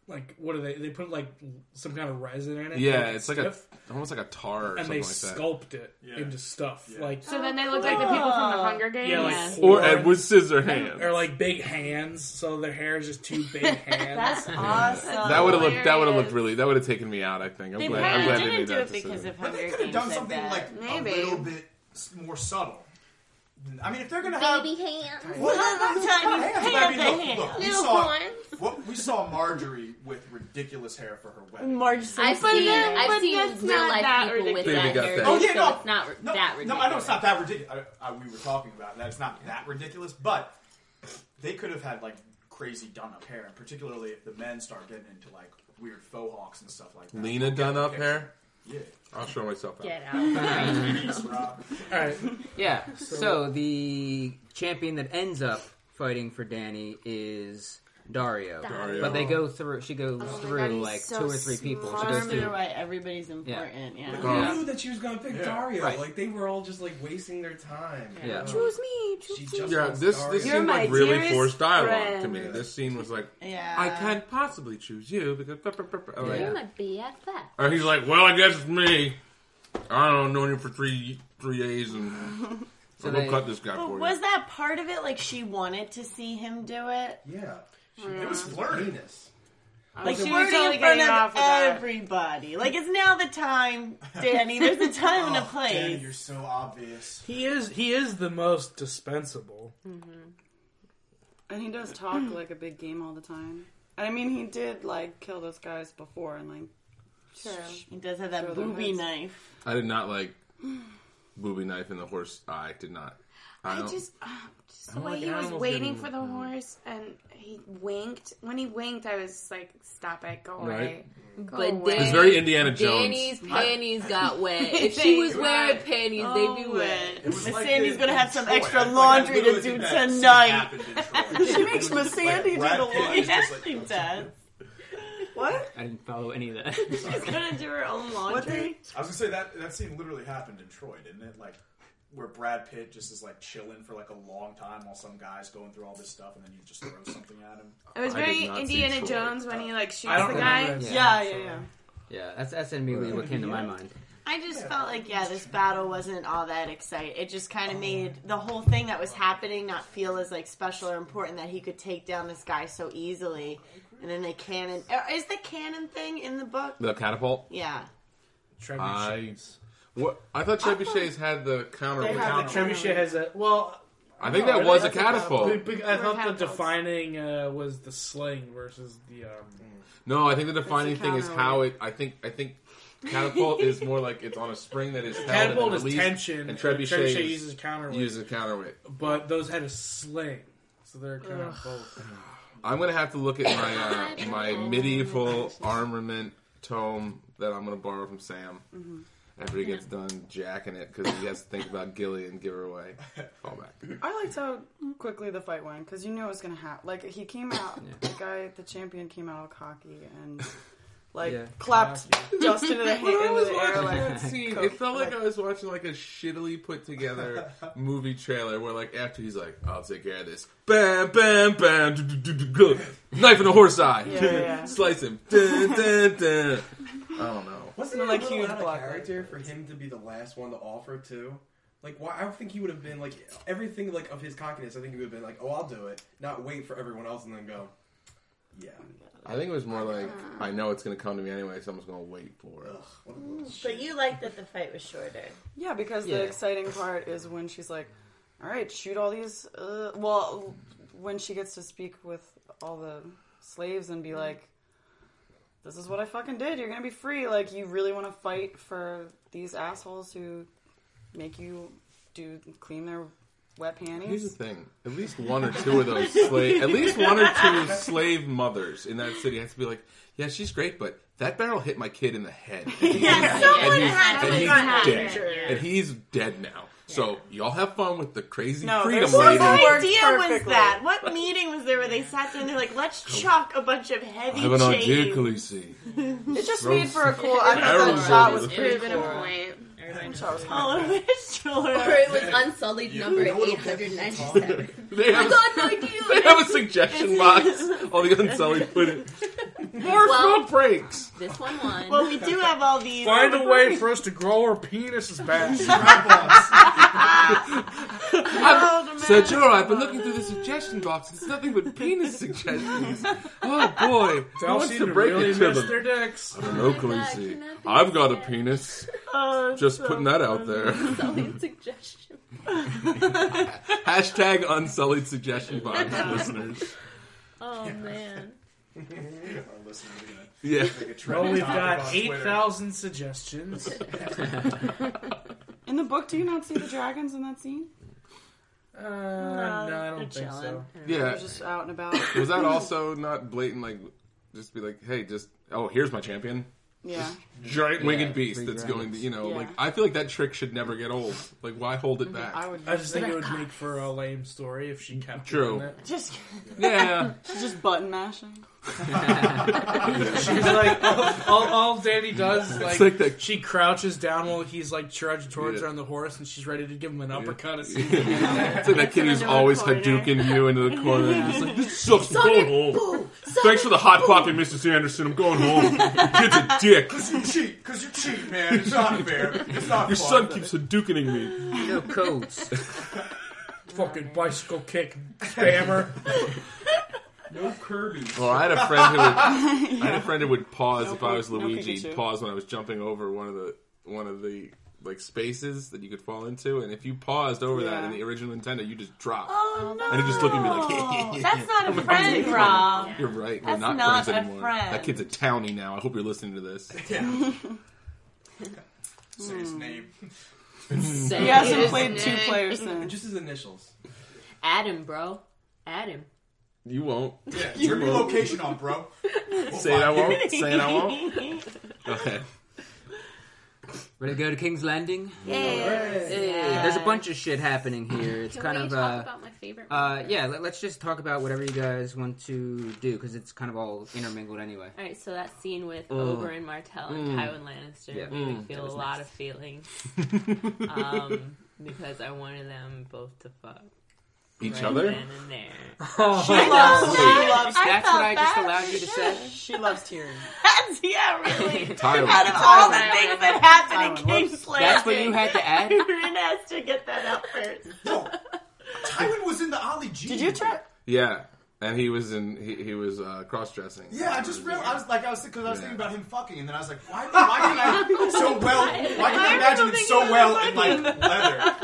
like what do they? They put like some kind of resin in it. Yeah, it's like a stiff, almost like a tar or and something they like that. sculpt it into stuff. Like So then they look like the people from the Hunger Games. yeah, like Or horn- Edward Scissorhands. or like big hands. So their hair is just two big hands. That's [laughs] awesome. That would have looked. That would have looked really. That would have taken me out. I think. I'm They glad. I'm probably glad they didn't made do that it because decision. of But Hunger they Games. could have done I something bet. like Maybe. a little bit s- more subtle. I mean, if they're gonna have Baby hands. Well, not- not- not Tiny hands, pale but I mean, look, hands. look, we Little saw horns. what we saw Marjorie with ridiculous hair for her wedding. Marge I've Simpson. seen, then- I've but seen that's real not that life people with ridiculous. that Baby got hair, that. so Oh yeah, no, it's not r- no, that no, ridiculous. I know it's not that ridiculous. I, I, we were talking about that. It's not that ridiculous, but they could have had like crazy done up hair, and particularly if the men start getting into like weird faux hawks and stuff like that. Lena done up hair. Yeah. I'll show myself out. [laughs] Get [laughs] out. Please, Rob. All right, Yeah. So, the champion that ends up fighting for Danny is Dario. Dario. But they go through. She goes my God, through he's like so two or three people. She goes smart. Remember through. why everybody's important. Yeah. Who Yeah. [laughs] knew that she was gonna pick Dario? Right. Like they were all just like wasting their time. Yeah. Choose me. Choose She me. just Yeah, wants this Dario. this You're seemed like my really dearest forced dialogue to friend. me. This scene was like, Yeah. I can't possibly choose you because. blah, blah, blah, blah. I'm like, Yeah. You're my BFF. Or he's like, well, I guess it's me. I don't know, known you for three three days, and [laughs] so they- we'll cut this guy But for was you. that part of it? Like she wanted to see him do it. Mm. Yeah. She It was flirting. penis. Like she flirting was in in front front of of everybody. Like it's now the time, Danny. There's a time and a [laughs] Oh, Danny, place. you're so [laughs] obvious. he is he is the most dispensable. Mm-hmm. And he does [clears throat] talk like a big game all the time. And I mean, he did like kill those guys before and like He does have Throw that their booby heads. knife. I did not like booby knife in the horse. I did not. I don't- just, uh, just the don't way like he was animals waiting getting- for the horse and he winked. When he winked, I was just like, "Stop it, go away." Go But away. then- It's very Indiana Jones. Danny's [laughs] panties got wet. If she was wearing panties, they'd Oh, be wet. It was Oh, Miss like Sandy's the- gonna have some extra Like, I laundry to literally do think that scene tonight. [laughs] happened in Troy. she makes Miss Sandy do Brad the Pitt laundry. is just Yes, like- [laughs] she does. What? I didn't follow any of that. She's gonna do her own What laundry. they? I was gonna say that that scene literally happened in Troy, didn't it? Like where Brad Pitt just is like chilling for like a long time while some guy's going through all this stuff, and then you just throw something at him. It was I did very not see Indiana Troy. Jones when he like I shoots don't the remember guy. that Yeah, scene, yeah, so- yeah. yeah, that's that's immediately what came to my mind. I just felt like, yeah, this battle wasn't all that exciting. It just kind Oh. of made the whole thing that was happening not feel as like special or important that he could take down this guy so easily. And then the cannon er, is the cannon thing in the book. The catapult. Yeah, Trebuchets. What I thought Trebuchets had the counter. They weight. have the Trebuchet has a well. I think No, that really, was a that's a catapult. Be- be- I Or thought the catapults. defining uh, was the sling versus the. Um, No, I think the defining It's a thing is counter how it. I think. I think. Catapult is more like it's on a spring that is held and Catapult is released, tension, and and trebuchet, trebuchet is- uses counterweight. uses counterweight. but those had a sling, so they're kind of both. I'm gonna have to look at my uh, [laughs] my medieval armament tome that I'm gonna borrow from Sam Mm-hmm. after he gets done jacking it because he has to think about Gilly and give her [laughs] away. Fall back. I liked how quickly the fight went because you knew it was gonna happen. Like he came out, the guy, the champion, came out all cocky and like Yeah. clapped [laughs] Dustin in [laughs] the, hand, into the air. Like, [laughs] scene, coke, it felt like like- I was watching like a shittily put [laughs] together movie trailer where like after he's like, "I'll take care of this," [laughs] bam, bam, bam, do, do, do, do, go. knife in the horse eye, Yeah, yeah, [laughs] yeah. slice him. Dun, dun, dun. I don't know. Wasn't No, it like, like a huge huge out block of character for him to be the last one to offer too? Like, why? I would think he would have been like everything like of his cockiness. I think he would have been like, "Oh, I'll do it," not wait for everyone else and then go, "Yeah." I think it was more like, "I know it's gonna come to me anyway, so I'm just gonna wait for it." Ugh, what a little shit. but you liked that the fight was shorter. Yeah, because Yeah. the exciting part is when she's like, "All right, shoot all these." Uh, well, when she gets to speak with all the slaves and be Mm-hmm. like, "This is what I fucking did. You're gonna be free." Like, you really want to fight for these assholes who make you do clean their wet Here's the panties? thing: at least one or two of those slave, at least one or two slave mothers in that city have to be like, "Yeah, she's great, but that barrel hit my kid in the head, and he's, and he's, and he's dead, and he's dead now." So y'all have fun with the crazy No, freedom there's- lady. What It worked idea was perfectly. that? What meeting was there where they sat down? and They're like, let's chuck a bunch of heavy I have an idea, [laughs] chains. Khaleesi. It just Throw made for a some cool. I thought arrows that shot over was the- pretty Proven a cool. point. That shot was cool. All over his Or shoulder. it was unsullied number you know what'll 897. They have, I got an idea. they have a suggestion box. All the unsullied put it. More Well- smoke breaks. This one won. Well, we do have all these. Find a way for us to grow our penises back. [laughs] So Jora, I've been looking through the suggestion box. It's nothing but penis suggestions. Oh boy, They who all wants seem to to break really it to miss them? their dicks. Oh I don't know, Khaleesi. I've got a penis. Just putting that out there. [laughs] [laughs] Selling suggestion. Hashtag unsullied suggestion [laughs] box, [laughs] listeners. Oh man. Our listeners are gonna Yeah. make a trending Well, we've topic got on eight Twitter. thousand suggestions. In the book, do you not see the dragons in that scene? Uh, no, I don't think so. Yeah. They're just out and about. [coughs] Was [coughs] that also not blatant? Like, just be like, hey, just oh, here's my champion, Yeah. giant winged Yeah, beast three that's going to, you know, Yeah. Mm-hmm. like I feel like that trick should never get old. Like, why hold it back? I would [laughs] I just think it would make for [laughs] a lame story if she kept True. doing that. [laughs] just Yeah. just button mashing. She's like, all, all, all Danny does is like, It's like that- she crouches down while he's like trudging towards Yeah. her on the horse, and she's ready to give him an uppercut. [laughs] as soon as- it's like that kid who's another always corner. hadouken you into the corner. and Just like this sucks. I'm going home. Thanks for the hot pocket, Mrs. Anderson. I'm going home. Kid's a dick. Cause you cheat, cause you [laughs] cheat, [laughs] man. It's not fair. It's not Your fun. son keeps hadoukening me. No codes. [laughs] Fucking bicycle kick spammer. No Kirby. Well, I had a friend [laughs] who would, I had a friend who would pause if I was no Luigi. Pikachu. pause when I was jumping over one of the one of the like spaces that you could fall into, and if you paused over that in Yeah. the original Nintendo, you just dropped. Oh no! And he just looked at me [laughs] like, "That's not a friend, Rob." You're right. That's We're not, not friends a anymore. friend. That kid's a townie now. I hope you're listening to this. [laughs] Say his Hmm. name. Say He hasn't his played two name. players since. Just his initials. Adam, bro. Adam. You won't. Yeah, turn your location on, [laughs] bro. Say [laughs] it, I won't. Say it, I won't. Go ahead. [laughs] Ready to go to King's Landing? Yes. There's a bunch of shit happening here. It's Can kind we of talk uh, about my favorite? uh, yeah. Let, let's just talk about whatever you guys want to do because it's kind of all intermingled anyway. All right, so that scene with Oberyn Martell and Tywin Lannister Mm. Yeah. made me Mm. That feel a was lot nice. of feelings [laughs] um, because I wanted them both to fuck Each right other? Oh, then [laughs] and there. I love that. I That's felt what I just that. allowed you to say. She loves tears. [laughs] That's yeah, [laughs] really. Out Tyler. of all the things that happened in King's Landing, That's what you had to [laughs] add. Rin has to get that out first. No, Tywin was in the Ollie G. Did you try? Yeah. And he was in. He, he was uh, cross-dressing. Yeah, I just realized. I was like, I was because I was Yeah. thinking about him fucking, and then I was like, why? Why can I so well? Why can I imagine him thinking so about well in like leather?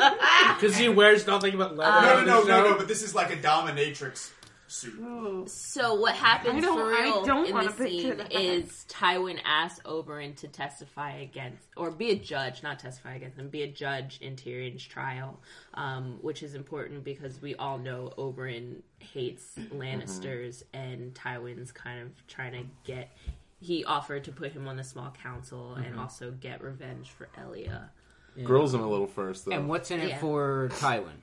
[laughs] Because he wears nothing but leather. No, no, on no, his no, own. no. But this is like a dominatrix suit. So what happens I don't- for I real don't in wanna this picture scene that. is Tywin asks Oberyn to testify against, or be a judge, not testify against him, be a judge in Tyrion's trial, um, which is important because we all know Oberyn hates Mm-hmm. Lannisters, and Tywin's kind of trying to get. He offered to put him on the small council Mm-hmm. and also get revenge for Elia. Grills him a little first, though. And what's in it Yeah. for Tywin?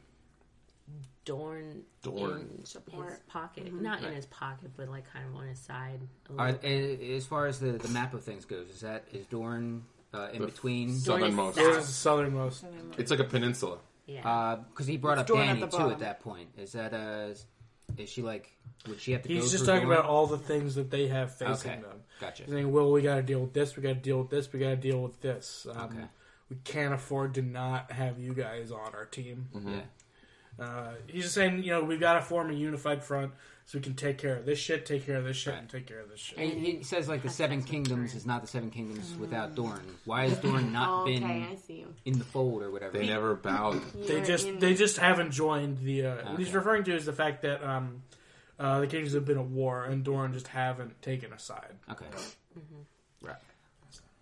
Dorn, Dorne. in his pocket, Mm-hmm. not in his pocket, but like kind of on his side. a Are, little a- as far as the, the map of things goes, is that is Dorne uh, in The f- between? Dorne is Southernmost. south. This is the southernmost. It's like a peninsula. Yeah. Because Uh, he brought up Dorne at Danny the too bottom. at that point. Is that uh, is she like? Would she have to? go [laughs] He's just through talking Dorne? about all the things that they have facing Okay. them. Gotcha. He's saying, well, we got to deal with this, we got to deal with this, we got to deal with this. Um, Okay. We can't afford to not have you guys on our team. Yeah. Uh, he's just saying, you know, we've got to form a unified front so we can take care of this shit, take care of this shit, and take care of this shit. And he says like the Seven Kingdoms is not the Seven Kingdoms without Dorne. Why has Dorne not Okay, I been see you. in the fold or whatever? They never bowed. They You're just in- they just haven't joined the. Uh, What he's Okay. referring to is the fact that um, uh, the kingdoms have been at war and Doran just haven't taken a side. Okay. Right. Mm-hmm.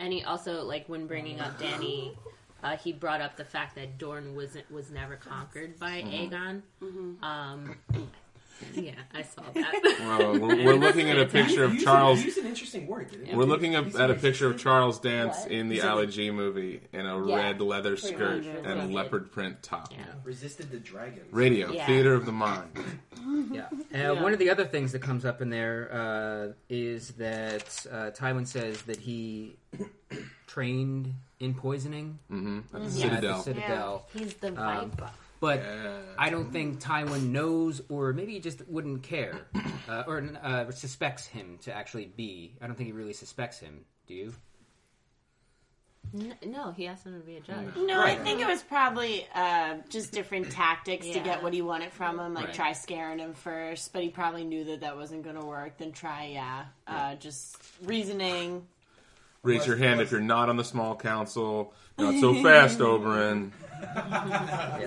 And he also like when bringing up Danny, uh, he brought up the fact that Dorne wasn't was never conquered by Mm-hmm. Aegon. Mm-hmm. Um, yeah, [laughs] I saw that. Well, we're, [laughs] we're looking at a picture of Use- Charles. Use an interesting word. Didn't We're looking up at a picture of Charles Dance What? in the Ali G movie in a Yeah. red leather skirt much. and a Yeah. leopard print top. Yeah. Resisted the dragon. Radio, Yeah. theater [laughs] of the mind. Yeah. Uh, One of the other things that comes up in there uh, is that uh, Tywin says that he [coughs] trained in poisoning Mm-hmm. At the at the Citadel. Citadel. Um, He's the Viper. But I don't think Tywin knows, or maybe he just wouldn't [coughs] care, uh, or uh, suspects him to actually be. I don't think he really suspects him. Do you? N- No, he asked him to be a judge. No, I think it was probably uh, just different tactics to Yeah. get what he wanted from him. Like Right. try scaring him first, but he probably knew that that wasn't going to work. Then try, yeah, uh, just reasoning. Raise your hand if you're not on the small council. Not so fast, Oberon.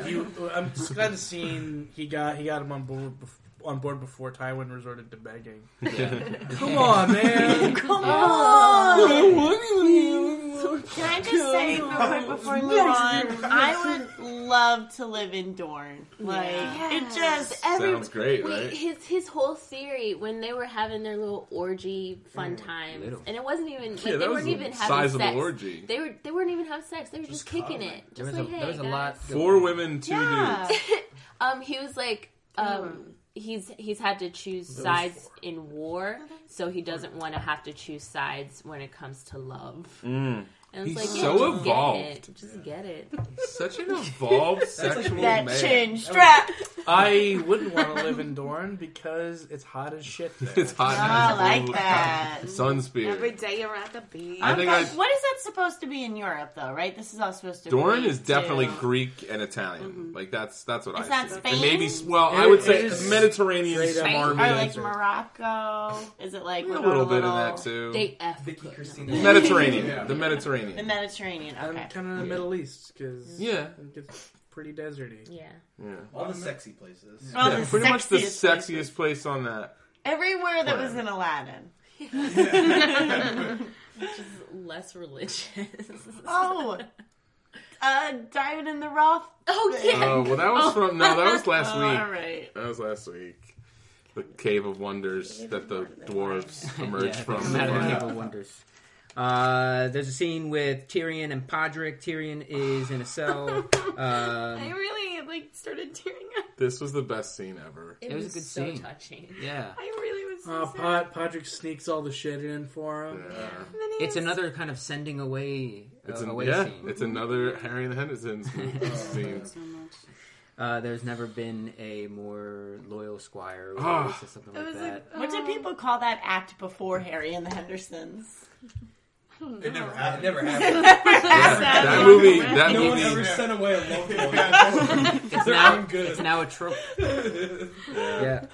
You, I'm just glad to see he got he got him on board bef- on board before Tywin resorted to begging. Come on, man. [laughs] Come on! Can I just say real [laughs] quick before we move on? I would love to live in Dorne. Like it just every Sounds great, Wait, right? his his whole theory when they were having their little orgy fun times, little. and it wasn't even like Yeah, they that was weren't a even having sizable sex. orgy. They were they weren't even having sex. They were just, kicking it. Just There was, like a, hey, there was a guys." lot. Four women, two yeah. dudes. [laughs] Um, he was like, um, he's he's had to choose sides in war, so he doesn't want to have to choose sides when it comes to love. Mm. And it's He's like, so yeah, just get evolved. it, just get it. Such [laughs] an evolved sexual that man. chin strap. I wouldn't want to live in Dorne because it's hot as shit there. It's hot. Oh, I as like hell. [laughs] that. Sun Every spear. day you're at the beach. I think Like, I- what is that supposed to be in Europe, though? Right? This is all supposed to. Doran be is definitely to- Greek and Italian. Like that's that's what It's I not see. Mm-hmm. Spain? And maybe well, I would say It is Mediterranean straight up farming. Or like Morocco? Is it like a we're little, going bit of that too. They f. Vicky put them. Christina. Mediterranean, Yeah. the The Mediterranean. Mediterranean. I'm Okay. kind of in the Middle East because Yeah, it gets pretty deserty. Yeah, yeah. All the sexy places. All Yeah, the pretty much the sexiest places. sexiest place on that. Everywhere that was Planet. in Aladdin. just less religious. Oh, uh, Diamond in the Rough. oh yeah. Oh well, that was from no, that was last [laughs] Oh, all week. right. That was last week. The Cave of Wonders that the dwarves emerged [laughs] Yeah, from. they come out of the Cave of Wonders. Uh, there's a scene with Tyrion and Podrick. Tyrion is in a cell. I Um, really like started tearing up. This was the best scene ever. It, It was was, a good so scene. touching. yeah, [laughs] I really was so Uh, Pod, sad. Podrick sneaks all the shit in for Yeah. him. And then he it's was- another kind of sending away uh, It's, an, away yeah, scene. it's another Harry and the [laughs] Hendersons Oh, scene. So much. Uh, there's never been a more loyal squire or Ah. or something It like was that. like, What did people call that act before Harry and the Hendersons? It never That happened. [laughs] never happened. Yeah, that movie, that No one movie, ever sent away a [laughs] loved one. it's now it's now a trope. Yeah.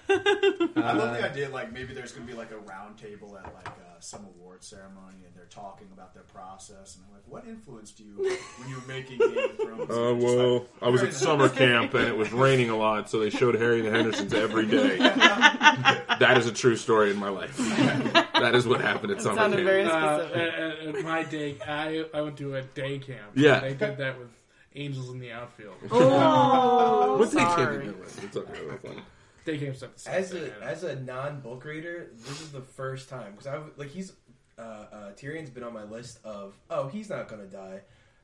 I love the idea, like maybe there's gonna be like a round table at like uh, some award ceremony, and they're talking about their process, and they're like, "What influenced you when you were making Game of Thrones?" Uh, well, I was at summer camp and it was raining a lot, so they showed Harry and the Hendersons every day. that is a true story in my life. that is what happened at summer sounded camp. very- Uh, Specific. at- at- at my day, I, I went to a day camp. Yeah. They did that with Angels in the Outfield. [laughs] Oh, what day camp did sorry. you go with? It's okay, that's fine. Day camps at the same as thing, a as a non book reader, this is the first time because I like he's uh, uh, Tyrion's been on my list of oh he's not gonna die.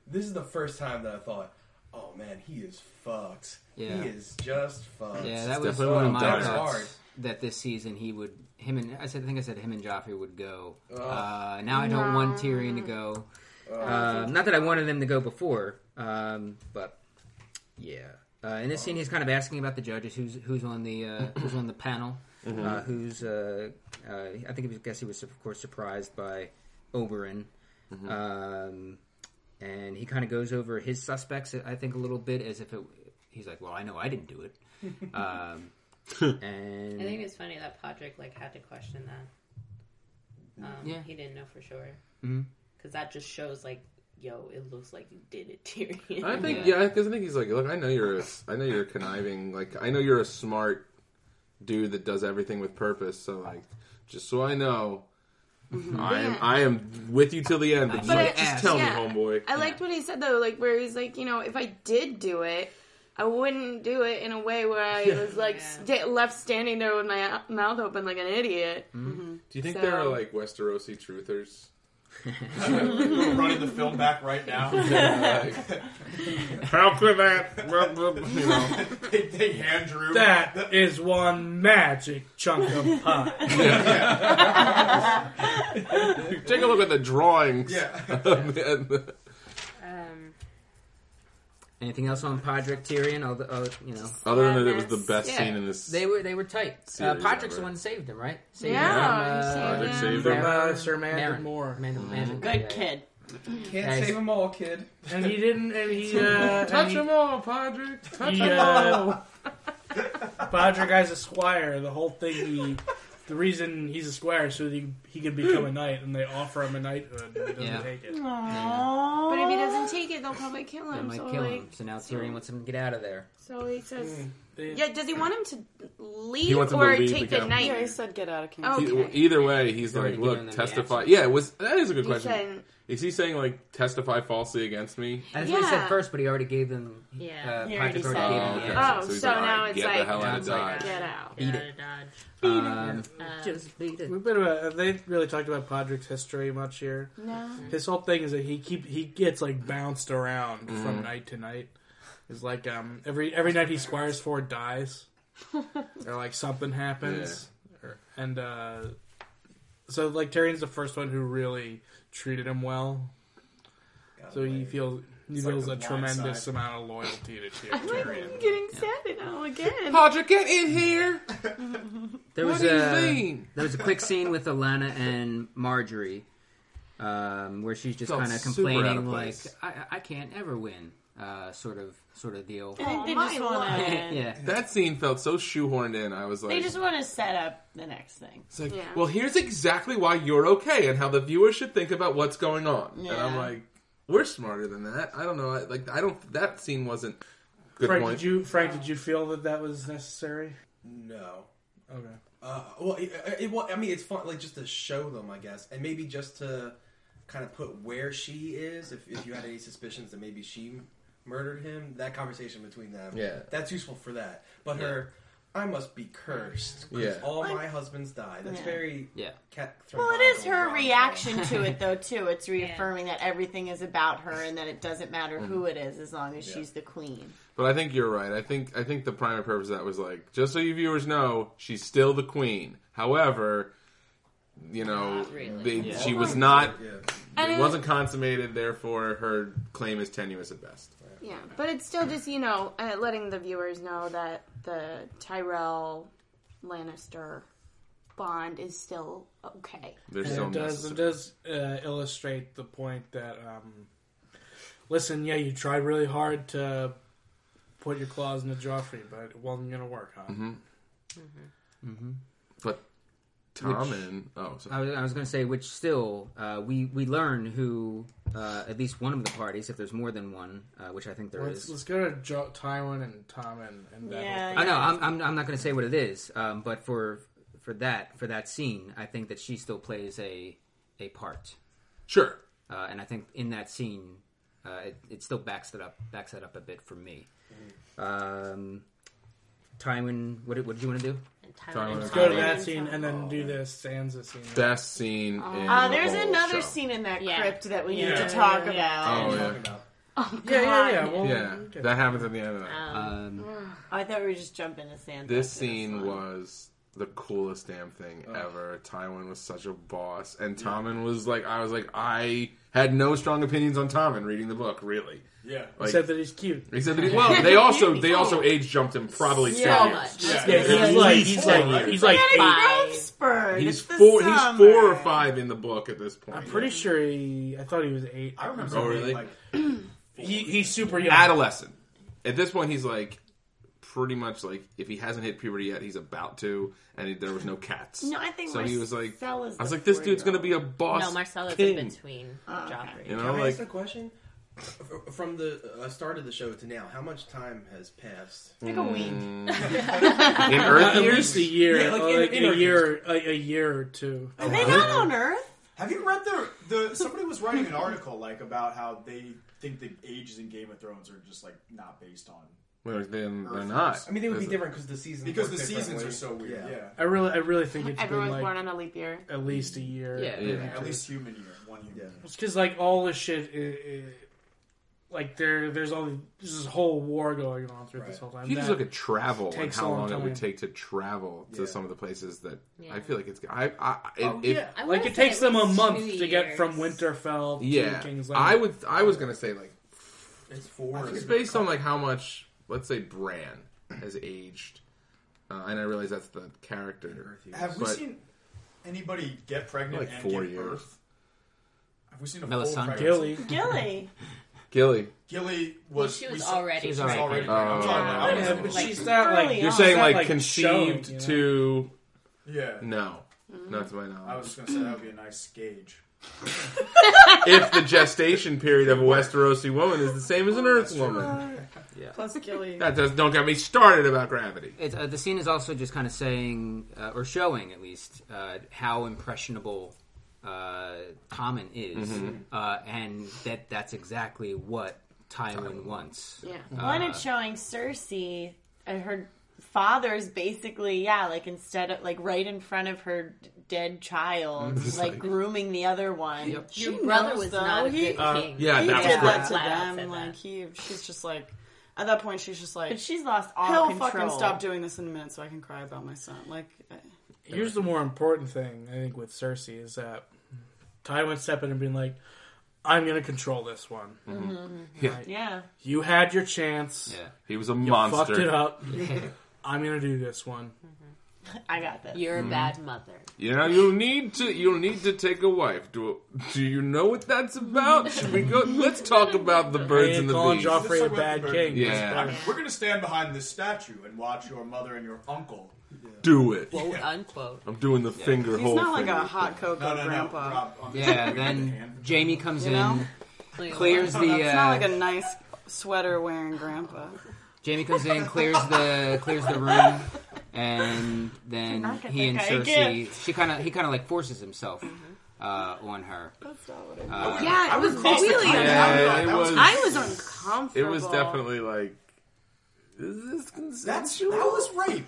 This is the first time that I thought, oh man, he is fucked. Yeah. He is just fucked. Yeah, that was definitely one of one my of That Diamond's. thoughts was hard. that this season he would him and I said I think I said him and Joffrey would go. Ugh. Uh, now I don't want Tyrion to go. Uh, not that I wanted them to go before, um, but yeah. Uh, in this scene, he's kind of asking about the judges, who's who's on the uh, [clears throat] who's on the panel, Mm-hmm. uh, who's uh, uh, I think he was, guess he was of course surprised by Oberon, Mm-hmm. um, and he kind of goes over his suspects I think a little bit as if it he's like, well, I know I didn't do it, [laughs] um, and I think it's funny that Podrick like had to question that. Um, Yeah. he didn't know for sure Mhm. because that just shows like, yo, it looks like you did it, [laughs] Tyrion. I think yeah, because I think he's like, look, I know you're a, I know you're conniving, like I know you're a smart dude that does everything with purpose. So like, just so I know, I am I am with you till the end. But, just, Mm-hmm. But like, I- just tell yeah. me, homeboy. I liked what he said though, like where he's like, you know, if I did do it, I wouldn't do it in a way where I was like sta- left standing there with my o- mouth open like an idiot. Mm-hmm. Do you think Mm-hmm. So- there are like Westerosi truthers? We're running the film back [laughs] right now. [laughs] [laughs] How could that? blah, blah, blah, you know. they, they hand drew That is one magic chunk of [laughs] pie. Take [laughs] Oh, a look at the drawings. Yeah. And the- Um, Anything else on Podrick Tyrion? Although, uh, you know, Other than that, it was the best Yeah. scene in this. They were they were tight. Uh, Series Podrick's ever. the one that saved him, right? Saved Yeah, he him, saved him. Podrick saved Mar- him. Uh, Sir Manfred Marin. Moore. Man- Man- Good yeah. kid. Can't Nice. save them all, [laughs] kid. And he didn't. And he uh, and he, all, Podrick. Touch [laughs] he, uh, Bodger guy's a squire. The whole thing, he, the reason he's a squire is so he, he could become a knight, and they offer him a knighthood, and he doesn't Yeah. take it. Aww. But if he doesn't take it, they'll probably kill They him. might so, kill like, him. So now Tyrion wants him to get out of there. so he says, They- "Yeah." Does he want him to He leave wants him to or leave take the the camp. night? Yeah, he said get out of camp. Oh, He- Okay. Either way, he's He's already like, given "Look, them the testify." Yeah, it was that is a good He question. said, Is he saying like testify falsely against me? That's what he said Uh, Yeah. first, but he already gave them. Yeah. uh, He already Podrick already said gave it. them the okay. answer. Oh, he's so like, all now right, it's get the like- hell out of Sounds like- dodge. "Get out." Beat Beat it. it. Dodge. Oh, Um, Uh, just beat it. We've been about, uh, they really talked about Podrick's history much here. No. His whole thing is that he keep he gets like bounced around Mm-hmm. from night to night. It's like um every every night he squires for dies, or like something happens, or, and uh, so like Tyrion's the first one who really treated him well. So he feels he It's like feels the a blind tremendous side. amount of loyalty to Tyrion. I'm getting sad now again. Podrick, get in here. There was What do you a mean? there was a quick scene with Alana and Marjorie, um, where she's just Felt kind of super out of complaining like, place. I, "I can't ever win," uh, sort of sort of deal. I think they my just want [laughs] to. yeah, That scene felt so shoehorned in. I was like, They just want to set up the next thing. it's like, Yeah. well, here's exactly why you're okay and how the viewer should think about what's going on. And I'm Yeah. like, we're smarter than that. I don't know. I, like, I don't. That scene wasn't good Frank, point. did you Frank? Did you feel that that was necessary? No. Okay. Uh, well, it, it, it, well, I mean, it's fun, like just to show them, I guess, and maybe just to kind of put where she is. If, if you had any suspicions that maybe she m- murdered him, that conversation between them, Yeah. that's useful for that. But her, I must be cursed because Yeah. all my husbands died. That's Yeah. very yeah. cat. Well, it is her reaction to it, though, [laughs] too. It's reaffirming that everything is about her and that it doesn't matter who Mm-hmm. it is as long as she's the queen. But I think you're right. I think I think the primary purpose of that was like, just so you viewers know, she's still the queen. However, you know, Not really. they, Yeah. she was not. Yeah. It wasn't consummated. Therefore, her claim is tenuous at best. Yeah, but it's still just you know uh, letting the viewers know that the Tyrell Lannister bond is still okay. They're And still it does necessary. it does uh, illustrate the point that um, listen, yeah, you tried really hard to put your claws in the Joffrey, but it wasn't gonna work, huh? Mm-hmm. Mm-hmm. Mm-hmm. But Tom Which- and oh, sorry. I was, I was going to say, which still uh, we we learn who uh, at least one of the parties, if there's more than one, uh, which I think there Let's, is. let's go to jo- Tywin and Tom and, and that Yeah. whole I thing. know I'm, I'm I'm not going to say what it is, um, but for for that for that scene, I think that she still plays a a part. sure. uh, and I think in that scene, uh, it, it still backs that up, backs that up a bit for me. Um, Tywin, what, did- what did you want to do? and Tyler Tyler. and Let's Go to Tyler. that scene and Oh, then do the Sansa scene. Best scene. in Uh, the there's whole show. another scene in that Yeah. crypt that we need Yeah. to talk about. Oh yeah, Talking about. Yeah, yeah, yeah. Well, yeah. okay. That happens at the end of that. Um, Um, Oh, I thought we were just jumping to Santa. This scene was the coolest damn thing ever. Tywin was such a boss, and Tommen was like, I was like, I had no strong opinions on Tommen reading the book, really. Yeah. Like, Except that he's cute. except that he, well, [laughs] they also they also age jumped him probably so two years. much. Yeah, At he's like least he's four like years. he's like eight. Bye. Expert. He's it's the four. He's four or summer. five in the book at this point. I'm pretty sure he. I thought he was eight. I remember. Oh, being, really? [clears throat] Like, He, he's super young. adolescent. At this point, he's like pretty much like if he hasn't hit puberty yet, he's about to, and he, there was no cats. No, I think so. He was like, I Marcel is was the like, this dude's gonna be a boss. no, Marcella's king. in between Oh, Ah, Joffrey. You Can know, I like ask a question? F- From the uh, start of the show to now, how much time has passed? Mm. Like Mm. a week. [laughs] in At Earth least years. a year, Yeah, like, uh, in- like in a our year, a, a year or two. Are they not on Earth? have you read the the? Somebody was writing an article like about how they think the ages in Game of Thrones are just like not based on Well, then they're Earth not. I mean, they would be Is- different because the seasons because work the seasons differently. are so weird. Yeah. I really, I really think it's been Everyone's like born on a leap year. at least a year. Yeah. maybe Yeah. two. At least human year, one human Yeah. year. it's because like all this shit, i i like there, there's all there's this whole war going on through this Right. whole time. If you just That- look at travel and takes a how long long it would time. take to travel to Yeah. some of the places that Yeah. I feel like it's. I, I, it, Oh, it- yeah, I wanna like it say takes at them a least month two to get from years. Winterfell to yeah. King's Landing. I would. I was gonna say like It's four. It's based on like how much, let's say, Bran has aged, uh, and I realize that's the character. Have we but- seen anybody get pregnant Like and four give years. birth? Have we seen a full Melisandre. pregnancy? Gilly. Gilly. Gilly? Gilly Well, was. she we was saw- already. She was She was already already. pregnant. pregnant. I'm talking Oh. about- I was Yeah, like, but like- she's not like Early You're on. saying not, like, like, conceived shown, you know? Mm-hmm. to? yeah. No, not to my I knowledge. was just gonna say that would be a nice gauge. if the gestation period of a Westerosi woman is the same as an Earth woman, Plus Gilly. that does, don't get me started about gravity. It's, uh, the scene is also just kind of saying, uh, or showing at least, uh, how impressionable uh, Tommen is, Mm-hmm. uh, and that that's exactly what Tywin wants. Yeah. Uh, Well, and it's showing Cersei and her father's basically, yeah, like instead of like right in front of her d- dead child, [laughs] like, grooming the other one. Your brother knows, was though. not a He- good Uh, king. yeah, he that was did great. that to Flat out them. said Like that. he, she's just like, at that point, she's just like, But she's lost all he'll control. fucking stop doing this in a minute, so I can cry about my son. Like, eh, Here's the more important thing I think with Cersei is that Tywin stepping in and being like, "I'm going to control this one. Yeah. You had your chance. Yeah. Mm-hmm. He was a You fucked it monster. [laughs] up. I'm going to do this one." I got this. Mm-hmm. You're a bad mother. You know, you need to you need to take a wife. Do do you know what that's about? Should we go? Let's talk about the I birds ain't and the calling bees. Joffrey a Let's talk bad about the king. birds. That's Yeah. fine. We're gonna stand behind this statue and watch your mother and your uncle. Do it. Quote unquote. I'm doing the finger he's hole. not like finger. a hot cocoa No, no, no. grandpa. Rob, on this Yeah, one, we got the then [laughs] hand. Jamie comes You know? in, clears the It's uh, not like a nice sweater wearing grandpa. Jamie comes in, clears the clears the room, and then Knock it he and back out again. Cersei. She kind of he kind of like forces himself uh, on her. That's not what I meant. Uh, Yeah, it was Cross the really. continent. Yeah, That it was- was- I was uncomfortable. It was definitely like. Is this That's consensual? that was rape.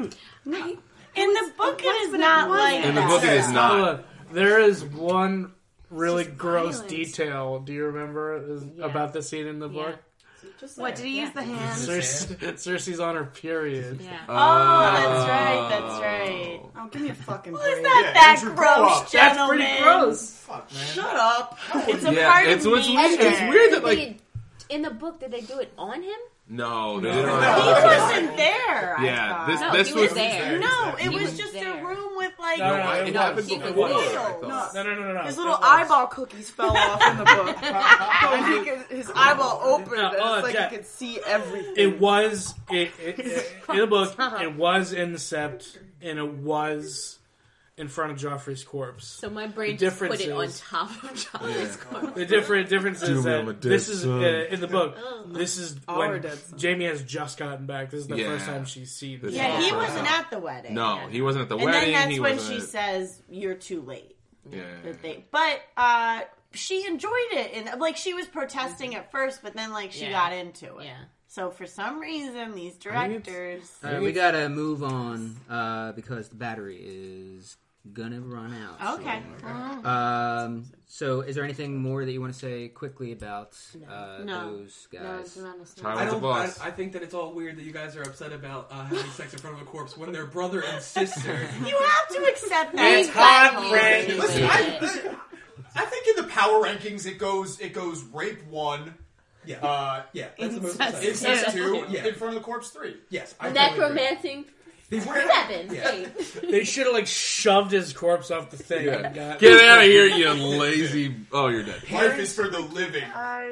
In the book, it is not like In the that. book, it is not. Look, there is one really just gross violence. detail. Do you remember is- Yeah. about the scene in the Yeah. book? Just What saying. did he use the hands? Cerse- [laughs] Cersei's on her period. Yeah. Oh, Uh, that's right. That's right. Oh, give me a fucking break. It's not Yeah, that Andrew, grow gross, up. That's gentlemen. pretty [laughs] gross. Fuck man. Shut up. It's a Yeah, part it's of what's nature. weird. It's weird that like They- in the book, did they do it on him? no, they didn't. He want to- wasn't there. I Yeah, thought. this No, this he was. was there. No, He it was, was just there. a room with like No, no, It no, happened he was before. there. I thought. No, no, no, no. His little It was- eyeball [laughs] cookies fell off in the book. I think his, his eyeball opened, and Yeah, oh, it's like Jack. he could see everything. It was it, it, it- in the book. It was incept, and it was in front of Joffrey's corpse. So my brain The just put it on difference top of John's corpse. The [laughs] different difference Doom of is a that dead this is son. uh, in the book. Oh. This is Our when dead son. Jamie has just gotten back. This is the Yeah. first time she's seen. This Yeah, he Yeah. wasn't at the wedding. No, he wasn't at the And wedding. then that's he when wasn't she at- says, "You're too late." Yeah. That they, but uh, she enjoyed it, and like she was protesting at first, but then like she Yeah. got into it. Yeah. So for some I reason, these think it's- directors. All right, we gotta move on uh, because the battery is gonna run out. Okay. soon. Um, so, is there anything more that you want to say quickly about uh, No. those No, it's guys? not a snake. Tyler- I With the don't. I, boss. I think that it's all weird that you guys are upset about uh, having sex in front of a corpse when they're brother and [laughs] sister. You have to [laughs] accept that. It's hot, Exactly. Frank. Anyway. Listen, I, I think in the power rankings it goes it goes rape one, yeah, uh, yeah, that's the most Incest. upsetting. incest Yeah. two, Yeah. in front of the corpse three. Yes, I totally agree. Necromancing They were- seven. Yeah. Hey. They should have like shoved his corpse off the thing. Yeah. and got- Get out of here, [laughs] you lazy! Oh, you're dead. Life is for the living.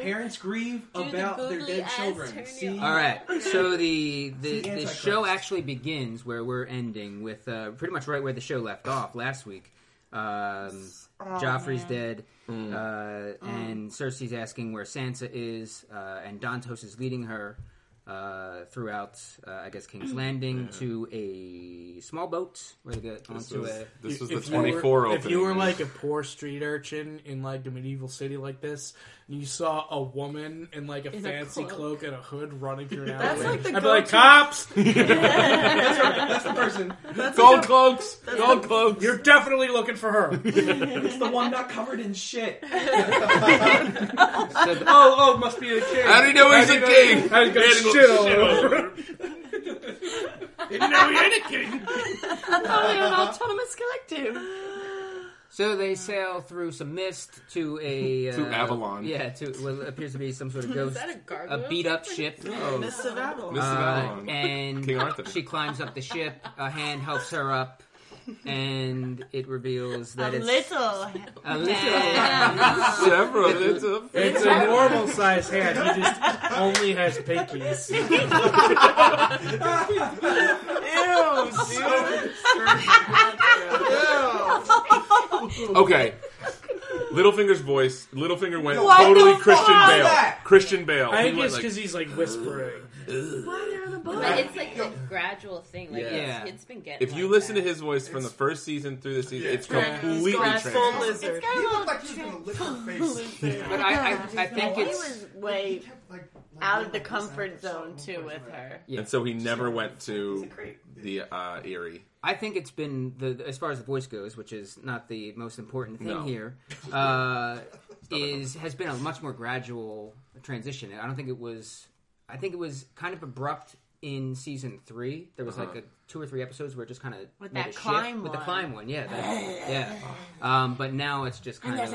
Parents grieve the about their googly dead eyes children. turn See, you All right. [laughs] So the the, The the Antichrist. show actually begins where we're ending with uh, pretty much right where the show left off last week. Um, Joffrey's dead, Mm. uh, and Cersei's asking where Sansa is, uh, and Dantos is leading her uh, throughout, uh, I guess, King's Landing to a small boat where they get This onto was, a. this was the If you were- 24 opening. If you were like a poor street urchin in like a medieval city like this, and you saw a woman in like a In a fancy cloak. cloak. and a hood running through an That's alleyway, like the I'd be like, go-to- "Cops, that's, her, that's the person. That's gold cloaks, gold cloaks. you're definitely looking for her." the one not covered [laughs] in shit. So the- oh, oh, must be the king. How do you know he's a king? I got Didn't shit all [laughs] over. know he had a king. [laughs] Probably an autonomous collective. So they sail through some mist to a [laughs] uh, To Avalon. Yeah, to what appears to be some sort of ghost, that a gargoyle? beat up ship. Oh, Miss of Avalon. Miss Uh, Avalon. and King Arthur. she climbs up the ship. A hand helps her up, and it reveals A that it's little. a little. [laughs] Several. It's a It's a normal size hand. He just only has pinkies. Okay. Littlefinger's voice. Littlefinger went What totally the Christian fuck? Bale. Christian Bale. I He think went it's like- because he's like whispering. But it's like a gradual thing. Like Yeah. it's, it's been getting. if you like listen that. to his voice from the first season through the season, Yeah. it's completely Grass- full transformed. lizard. It's got a He little looked like he was gonna lick her face. But I, I, I think he it's was way He kept, like, like, out of the going like this, comfort like this, zone like this, too like with this. her. And so he never went to great- the uh, Erie. I think it's been the the- as far as the voice goes, which is not the most important thing No. [laughs] here, uh, is has been a much more gradual transition. I don't think it was. I think it was kind of abrupt in season three. There was Uh-huh. like a, two or three episodes where it just kind of With made that a shift. climb with the one. climb one, yeah, [laughs] that, yeah. Um, but now it's just kind of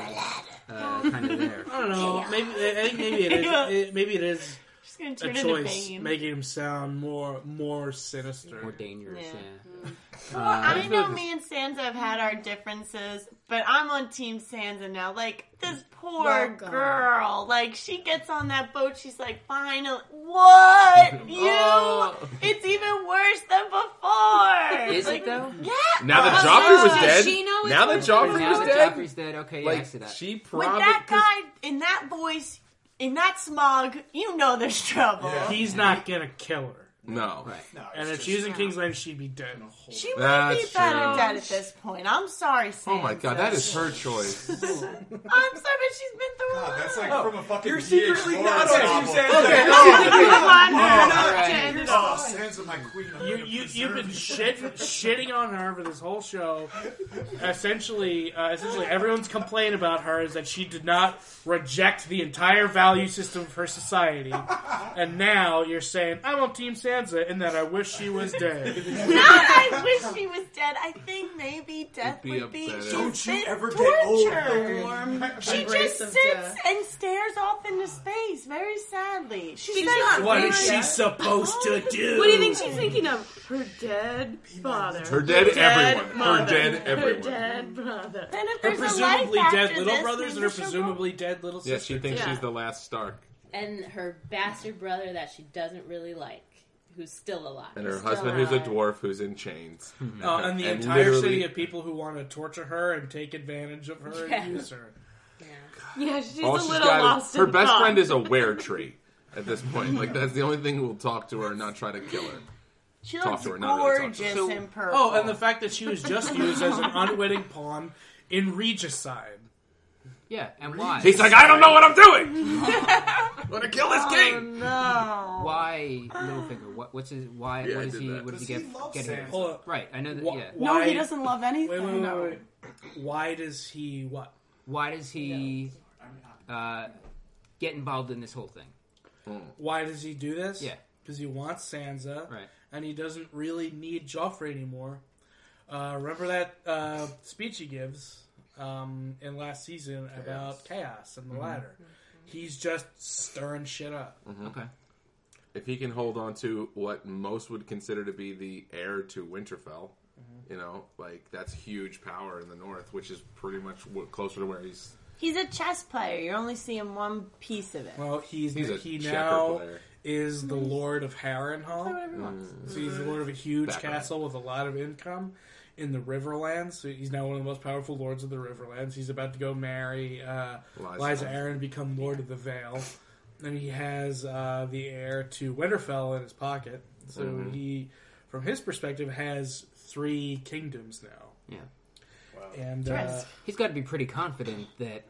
uh, kind of there. I don't know. Maybe I think maybe it is. It, maybe it is She's gonna turn a into choice, Bane. making him sound more more sinister. More dangerous, yeah. Yeah. Uh, Well, I Uh, know me and Sansa have had our differences, but I'm on Team Sansa now. Like this poor Well gone. girl, like she gets on that boat, she's like, "Final, what you? Oh. It's even worse than before." Is like, it though? Yeah. [laughs] Now that Oh, Joffrey was does dead, she know it's now that worse? Joffrey Now was that dead, Joffrey's dead. Okay, yeah, I like see that. she With probably that guy in that voice, in that smog, you know there's trouble. He's not gonna kill her. no. Right. No, it's And if just- she was in Kingsland, she'd be dead. She might That's be better true. dead at this point. I'm sorry, Sansa. Oh my god, that is her choice. Oh, I'm sorry, but she's been through a God, lot. that's like from a fucking. You're VH secretly not Lawrence on novel. Team Sansa. Come on, All Jenna. right. Jenna. Oh, Sansa, my queen. I'm You, gonna you, you've preserve been you. shit, shitting on her for this whole show. Essentially, uh, essentially, everyone's complaint about her is that she did not reject the entire value system of her society, and now you're saying I'm on Team Sansa and that I wish she was dead. Not [laughs] [laughs] I wish she was dead. I think maybe death be would be. upset. she's Don't you been ever Oh, get old, tortured. She grace just of sits death. and stares off into space, very sadly. She's, She's like, not What dead is she yet. supposed to do? What do you think she's thinking of? Her dead father. Her dead dead everyone. Her mother. dead Her everyone. dead brother. Then if Her there's presumably a life dead after little this, brothers and maybe her she'll go presumably dead little Yeah, sisters. she thinks Yeah. she's the last Stark. and her bastard brother that she doesn't really like, who's still alive. And her husband, who's a dwarf, who's in [laughs] chains. Uh, and the And entire literally- city of people who want to torture her and take advantage of her Yeah. and use her. Yeah, she's All a Oh, she's little got is- lost. her in best thought. friend is a wear [laughs] tree at this point. Like that's the only thing who will talk to her and not try to kill her. She Talk looks to her, not really talk to her. gorgeous So- in purple. Oh, and the fact that she was just used as an unwitting pawn in regicide. Yeah, and why? He's like, I don't know what I'm doing. [laughs] I'm gonna kill this king. Oh, Oh. no. why Littlefinger? What, what's his? Why? Yeah, I what is did he? that. What does he Does get? he love get here? Sansa? Hold up. Right. I know that. Wh- yeah. No, Why, he doesn't love anything. Wait, wait, wait, no. wait. Why does he what? Why does he uh, get involved in this whole thing? Hmm. Why does he do this? Yeah. Because he wants Sansa, Right. and he doesn't really need Joffrey anymore. Uh, remember that uh, speech he gives um, in last season about chaos and the Mm-hmm. ladder. He's just stirring shit up. Okay. Mm-hmm. If he can hold on to what most would consider to be the heir to Winterfell, Mm-hmm. you know, like that's huge power in the North, which is pretty much wh- closer to where he's. He's a chess player. You're only seeing one piece of it. Well, he's, He's a he checker now player. is the Lord of Harrenhal. Whatever he wants. So he's the lord of a huge Background. castle with a lot of income in the Riverlands. So he's now one of the most powerful lords of the Riverlands. He's about to go marry uh, Liza. Liza. Aaron and become Lord of the Vale. And he has uh, the heir to Winterfell in his pocket. So Mm-hmm. he, from his perspective, has three kingdoms now. Yeah. And uh, Yes. He's got to be pretty confident that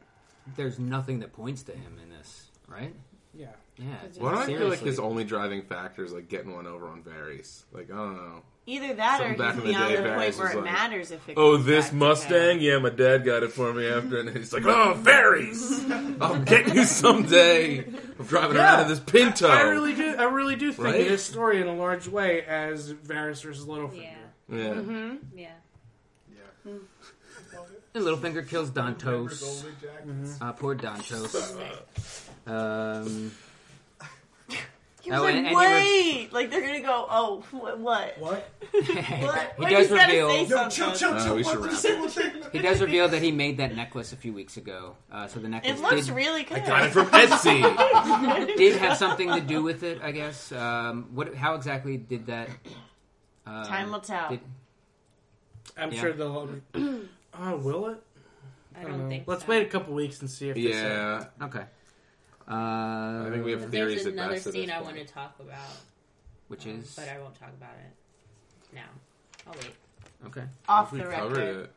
there's nothing that points to him in this, right? yeah. Yeah. Why do I feel like Seriously. his only driving factor is like getting one over on Varys? Like I don't know. Either that Something or back he's in the beyond day, the, Varys point where was it like, matters if it Oh, comes back this to him. Mustang? Yeah, my dad got it for me after, and he's like, "Oh, fairies! [laughs] I'll get you someday." I'm driving around in this Pinto. I really do. I really do think Right? his story in a large way as Varys versus Littlefinger. Yeah, yeah. yeah. yeah. And Littlefinger kills Dantos. Remembers old Jackets. Uh, poor Dantos. Um, He was Oh, like, and- and you were- wait! Like, they're gonna go, oh, wh- [laughs] what? What? What? he Like, does he's gotta reveal. say Yo, chill, something. chill, Uh, chill. we One should wrap single thing. He does reveal that he made that necklace a few weeks ago. Uh, so the necklace It looks did, really good. Got it from [laughs] Etsy. did have something to do with it, I guess. Um, what? How exactly did that? Um, Time will tell. did- I'm Yeah. sure they'll. Oh, will it? I don't know. think. Let's so. wait a couple weeks and see if. This uh, yeah, okay. Uh, I think we have- There's Theories at another best at scene this I point. want to talk about, which um, is but I won't talk about it now. I'll wait. okay. Off we the covered record.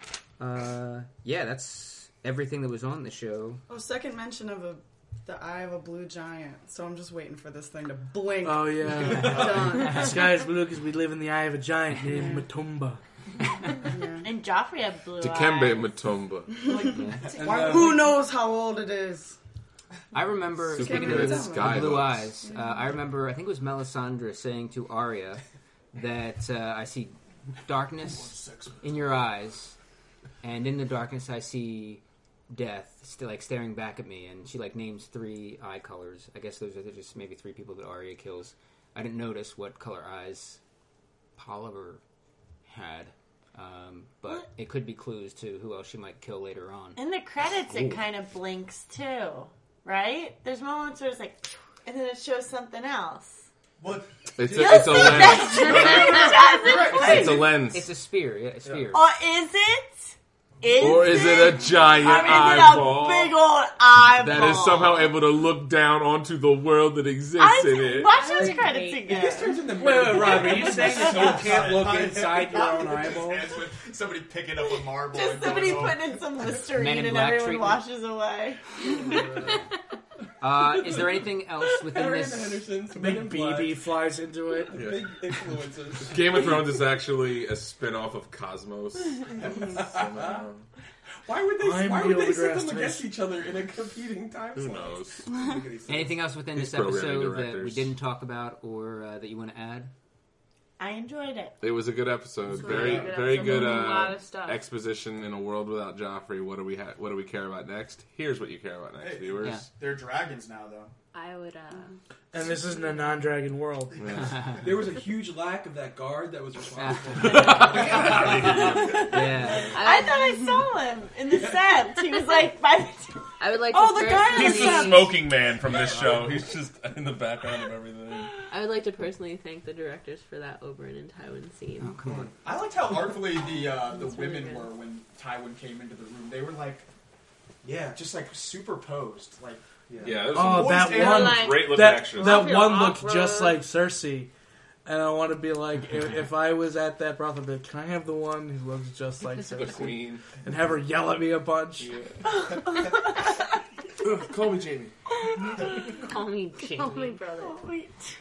it. Uh, yeah, that's everything that was on the show. Oh, second mention of a the eye of a blue giant. So I'm just waiting for this thing to blink. oh [laughs] yeah. [laughs] Done. the sky is blue because we live in the eye of a giant named Matumba. And Joffrey had blue Dikembe eyes. [laughs] Mutomba. Why- Who knows how old it is? I remember Super speaking good of the, sky the blue hooks. eyes. Uh, I remember I think it was Melisandre saying to Arya that uh, I see darkness in your eyes, and in the darkness I see death, still like staring back at me. And she like names three eye colors. I guess those are just maybe three people that Arya kills. I didn't notice what color eyes Polliver had, um, but What? it could be clues to who else she might kill later on. In the credits, Ooh. it kind of blinks too, right? There's moments where it's like, and then it shows something else. What? It's a, it's a lens. Does It's it? a lens. It's a spear, yeah, a spear. Or Oh, is it? Is or is it a giant or is eyeball it a big old eyeball? that is somehow able to look down onto the world that exists I in it? watch those Wait. credits again. This turns into Wait, wait, Rob, are you saying that you can't look inside your own eyeball? Ends with somebody picking up a marble. Just and somebody going, "Oh." putting in some Men in Listerine and Black treatment. everyone washes away. Uh, is there anything [laughs] else within Harry this? Henderson's Men in Big Black, BB flies into it. Yeah. Big influences. Game of Thrones is actually a spin-off of Cosmos. [laughs] Somehow. Why would they? I'm why would they Neil set deGrasse them against Tyson. each other in a competing time Who slot? [laughs] knows? [laughs] Anything else within These this episode programming that we directors. didn't talk about or uh, that you want to add? I enjoyed it. It was a good episode. a very, really good very episode. good. A Uh, lot of stuff. Exposition in a world without Joffrey. What do we ha- What do we care about next? Here's what you care about next, Hey. viewers. Yeah. They're dragons now, though. I would. uh... And this isn't a non-dragon world. There was a huge lack of that guard that was responsible. [laughs] [laughs] Yeah. I, thought I saw him in the set. He was like, by the time- I would like. Oh, to the personally- He's the smoking man from this show. He's just in the background of everything. I would like to personally thank the directors for that Oberyn and Tywin scene. Oh, come on. I liked how artfully the uh, the That's really women good. were when Tywin came into the room. They were like yeah. just like superposed, like Yeah. That was Oh, Boys that and one, like- great looking that actress. that Feel one awkward. looked just like Cersei. And I want to be like, if, if I was at that brothel, I'd be like, can I have the one who looks just like the Cersei? queen. And have her yell at me a bunch. [laughs] call me Jamie. [laughs] Call me Jamie. Call me brother.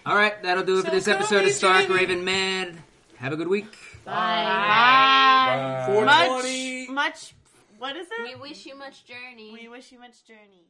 All right, that'll do it for So this go episode be of Stark Jamie. Raven Mad. Have a good week. Bye. Bye. Much, much. What is We it? wish you much journey. We wish you much journey.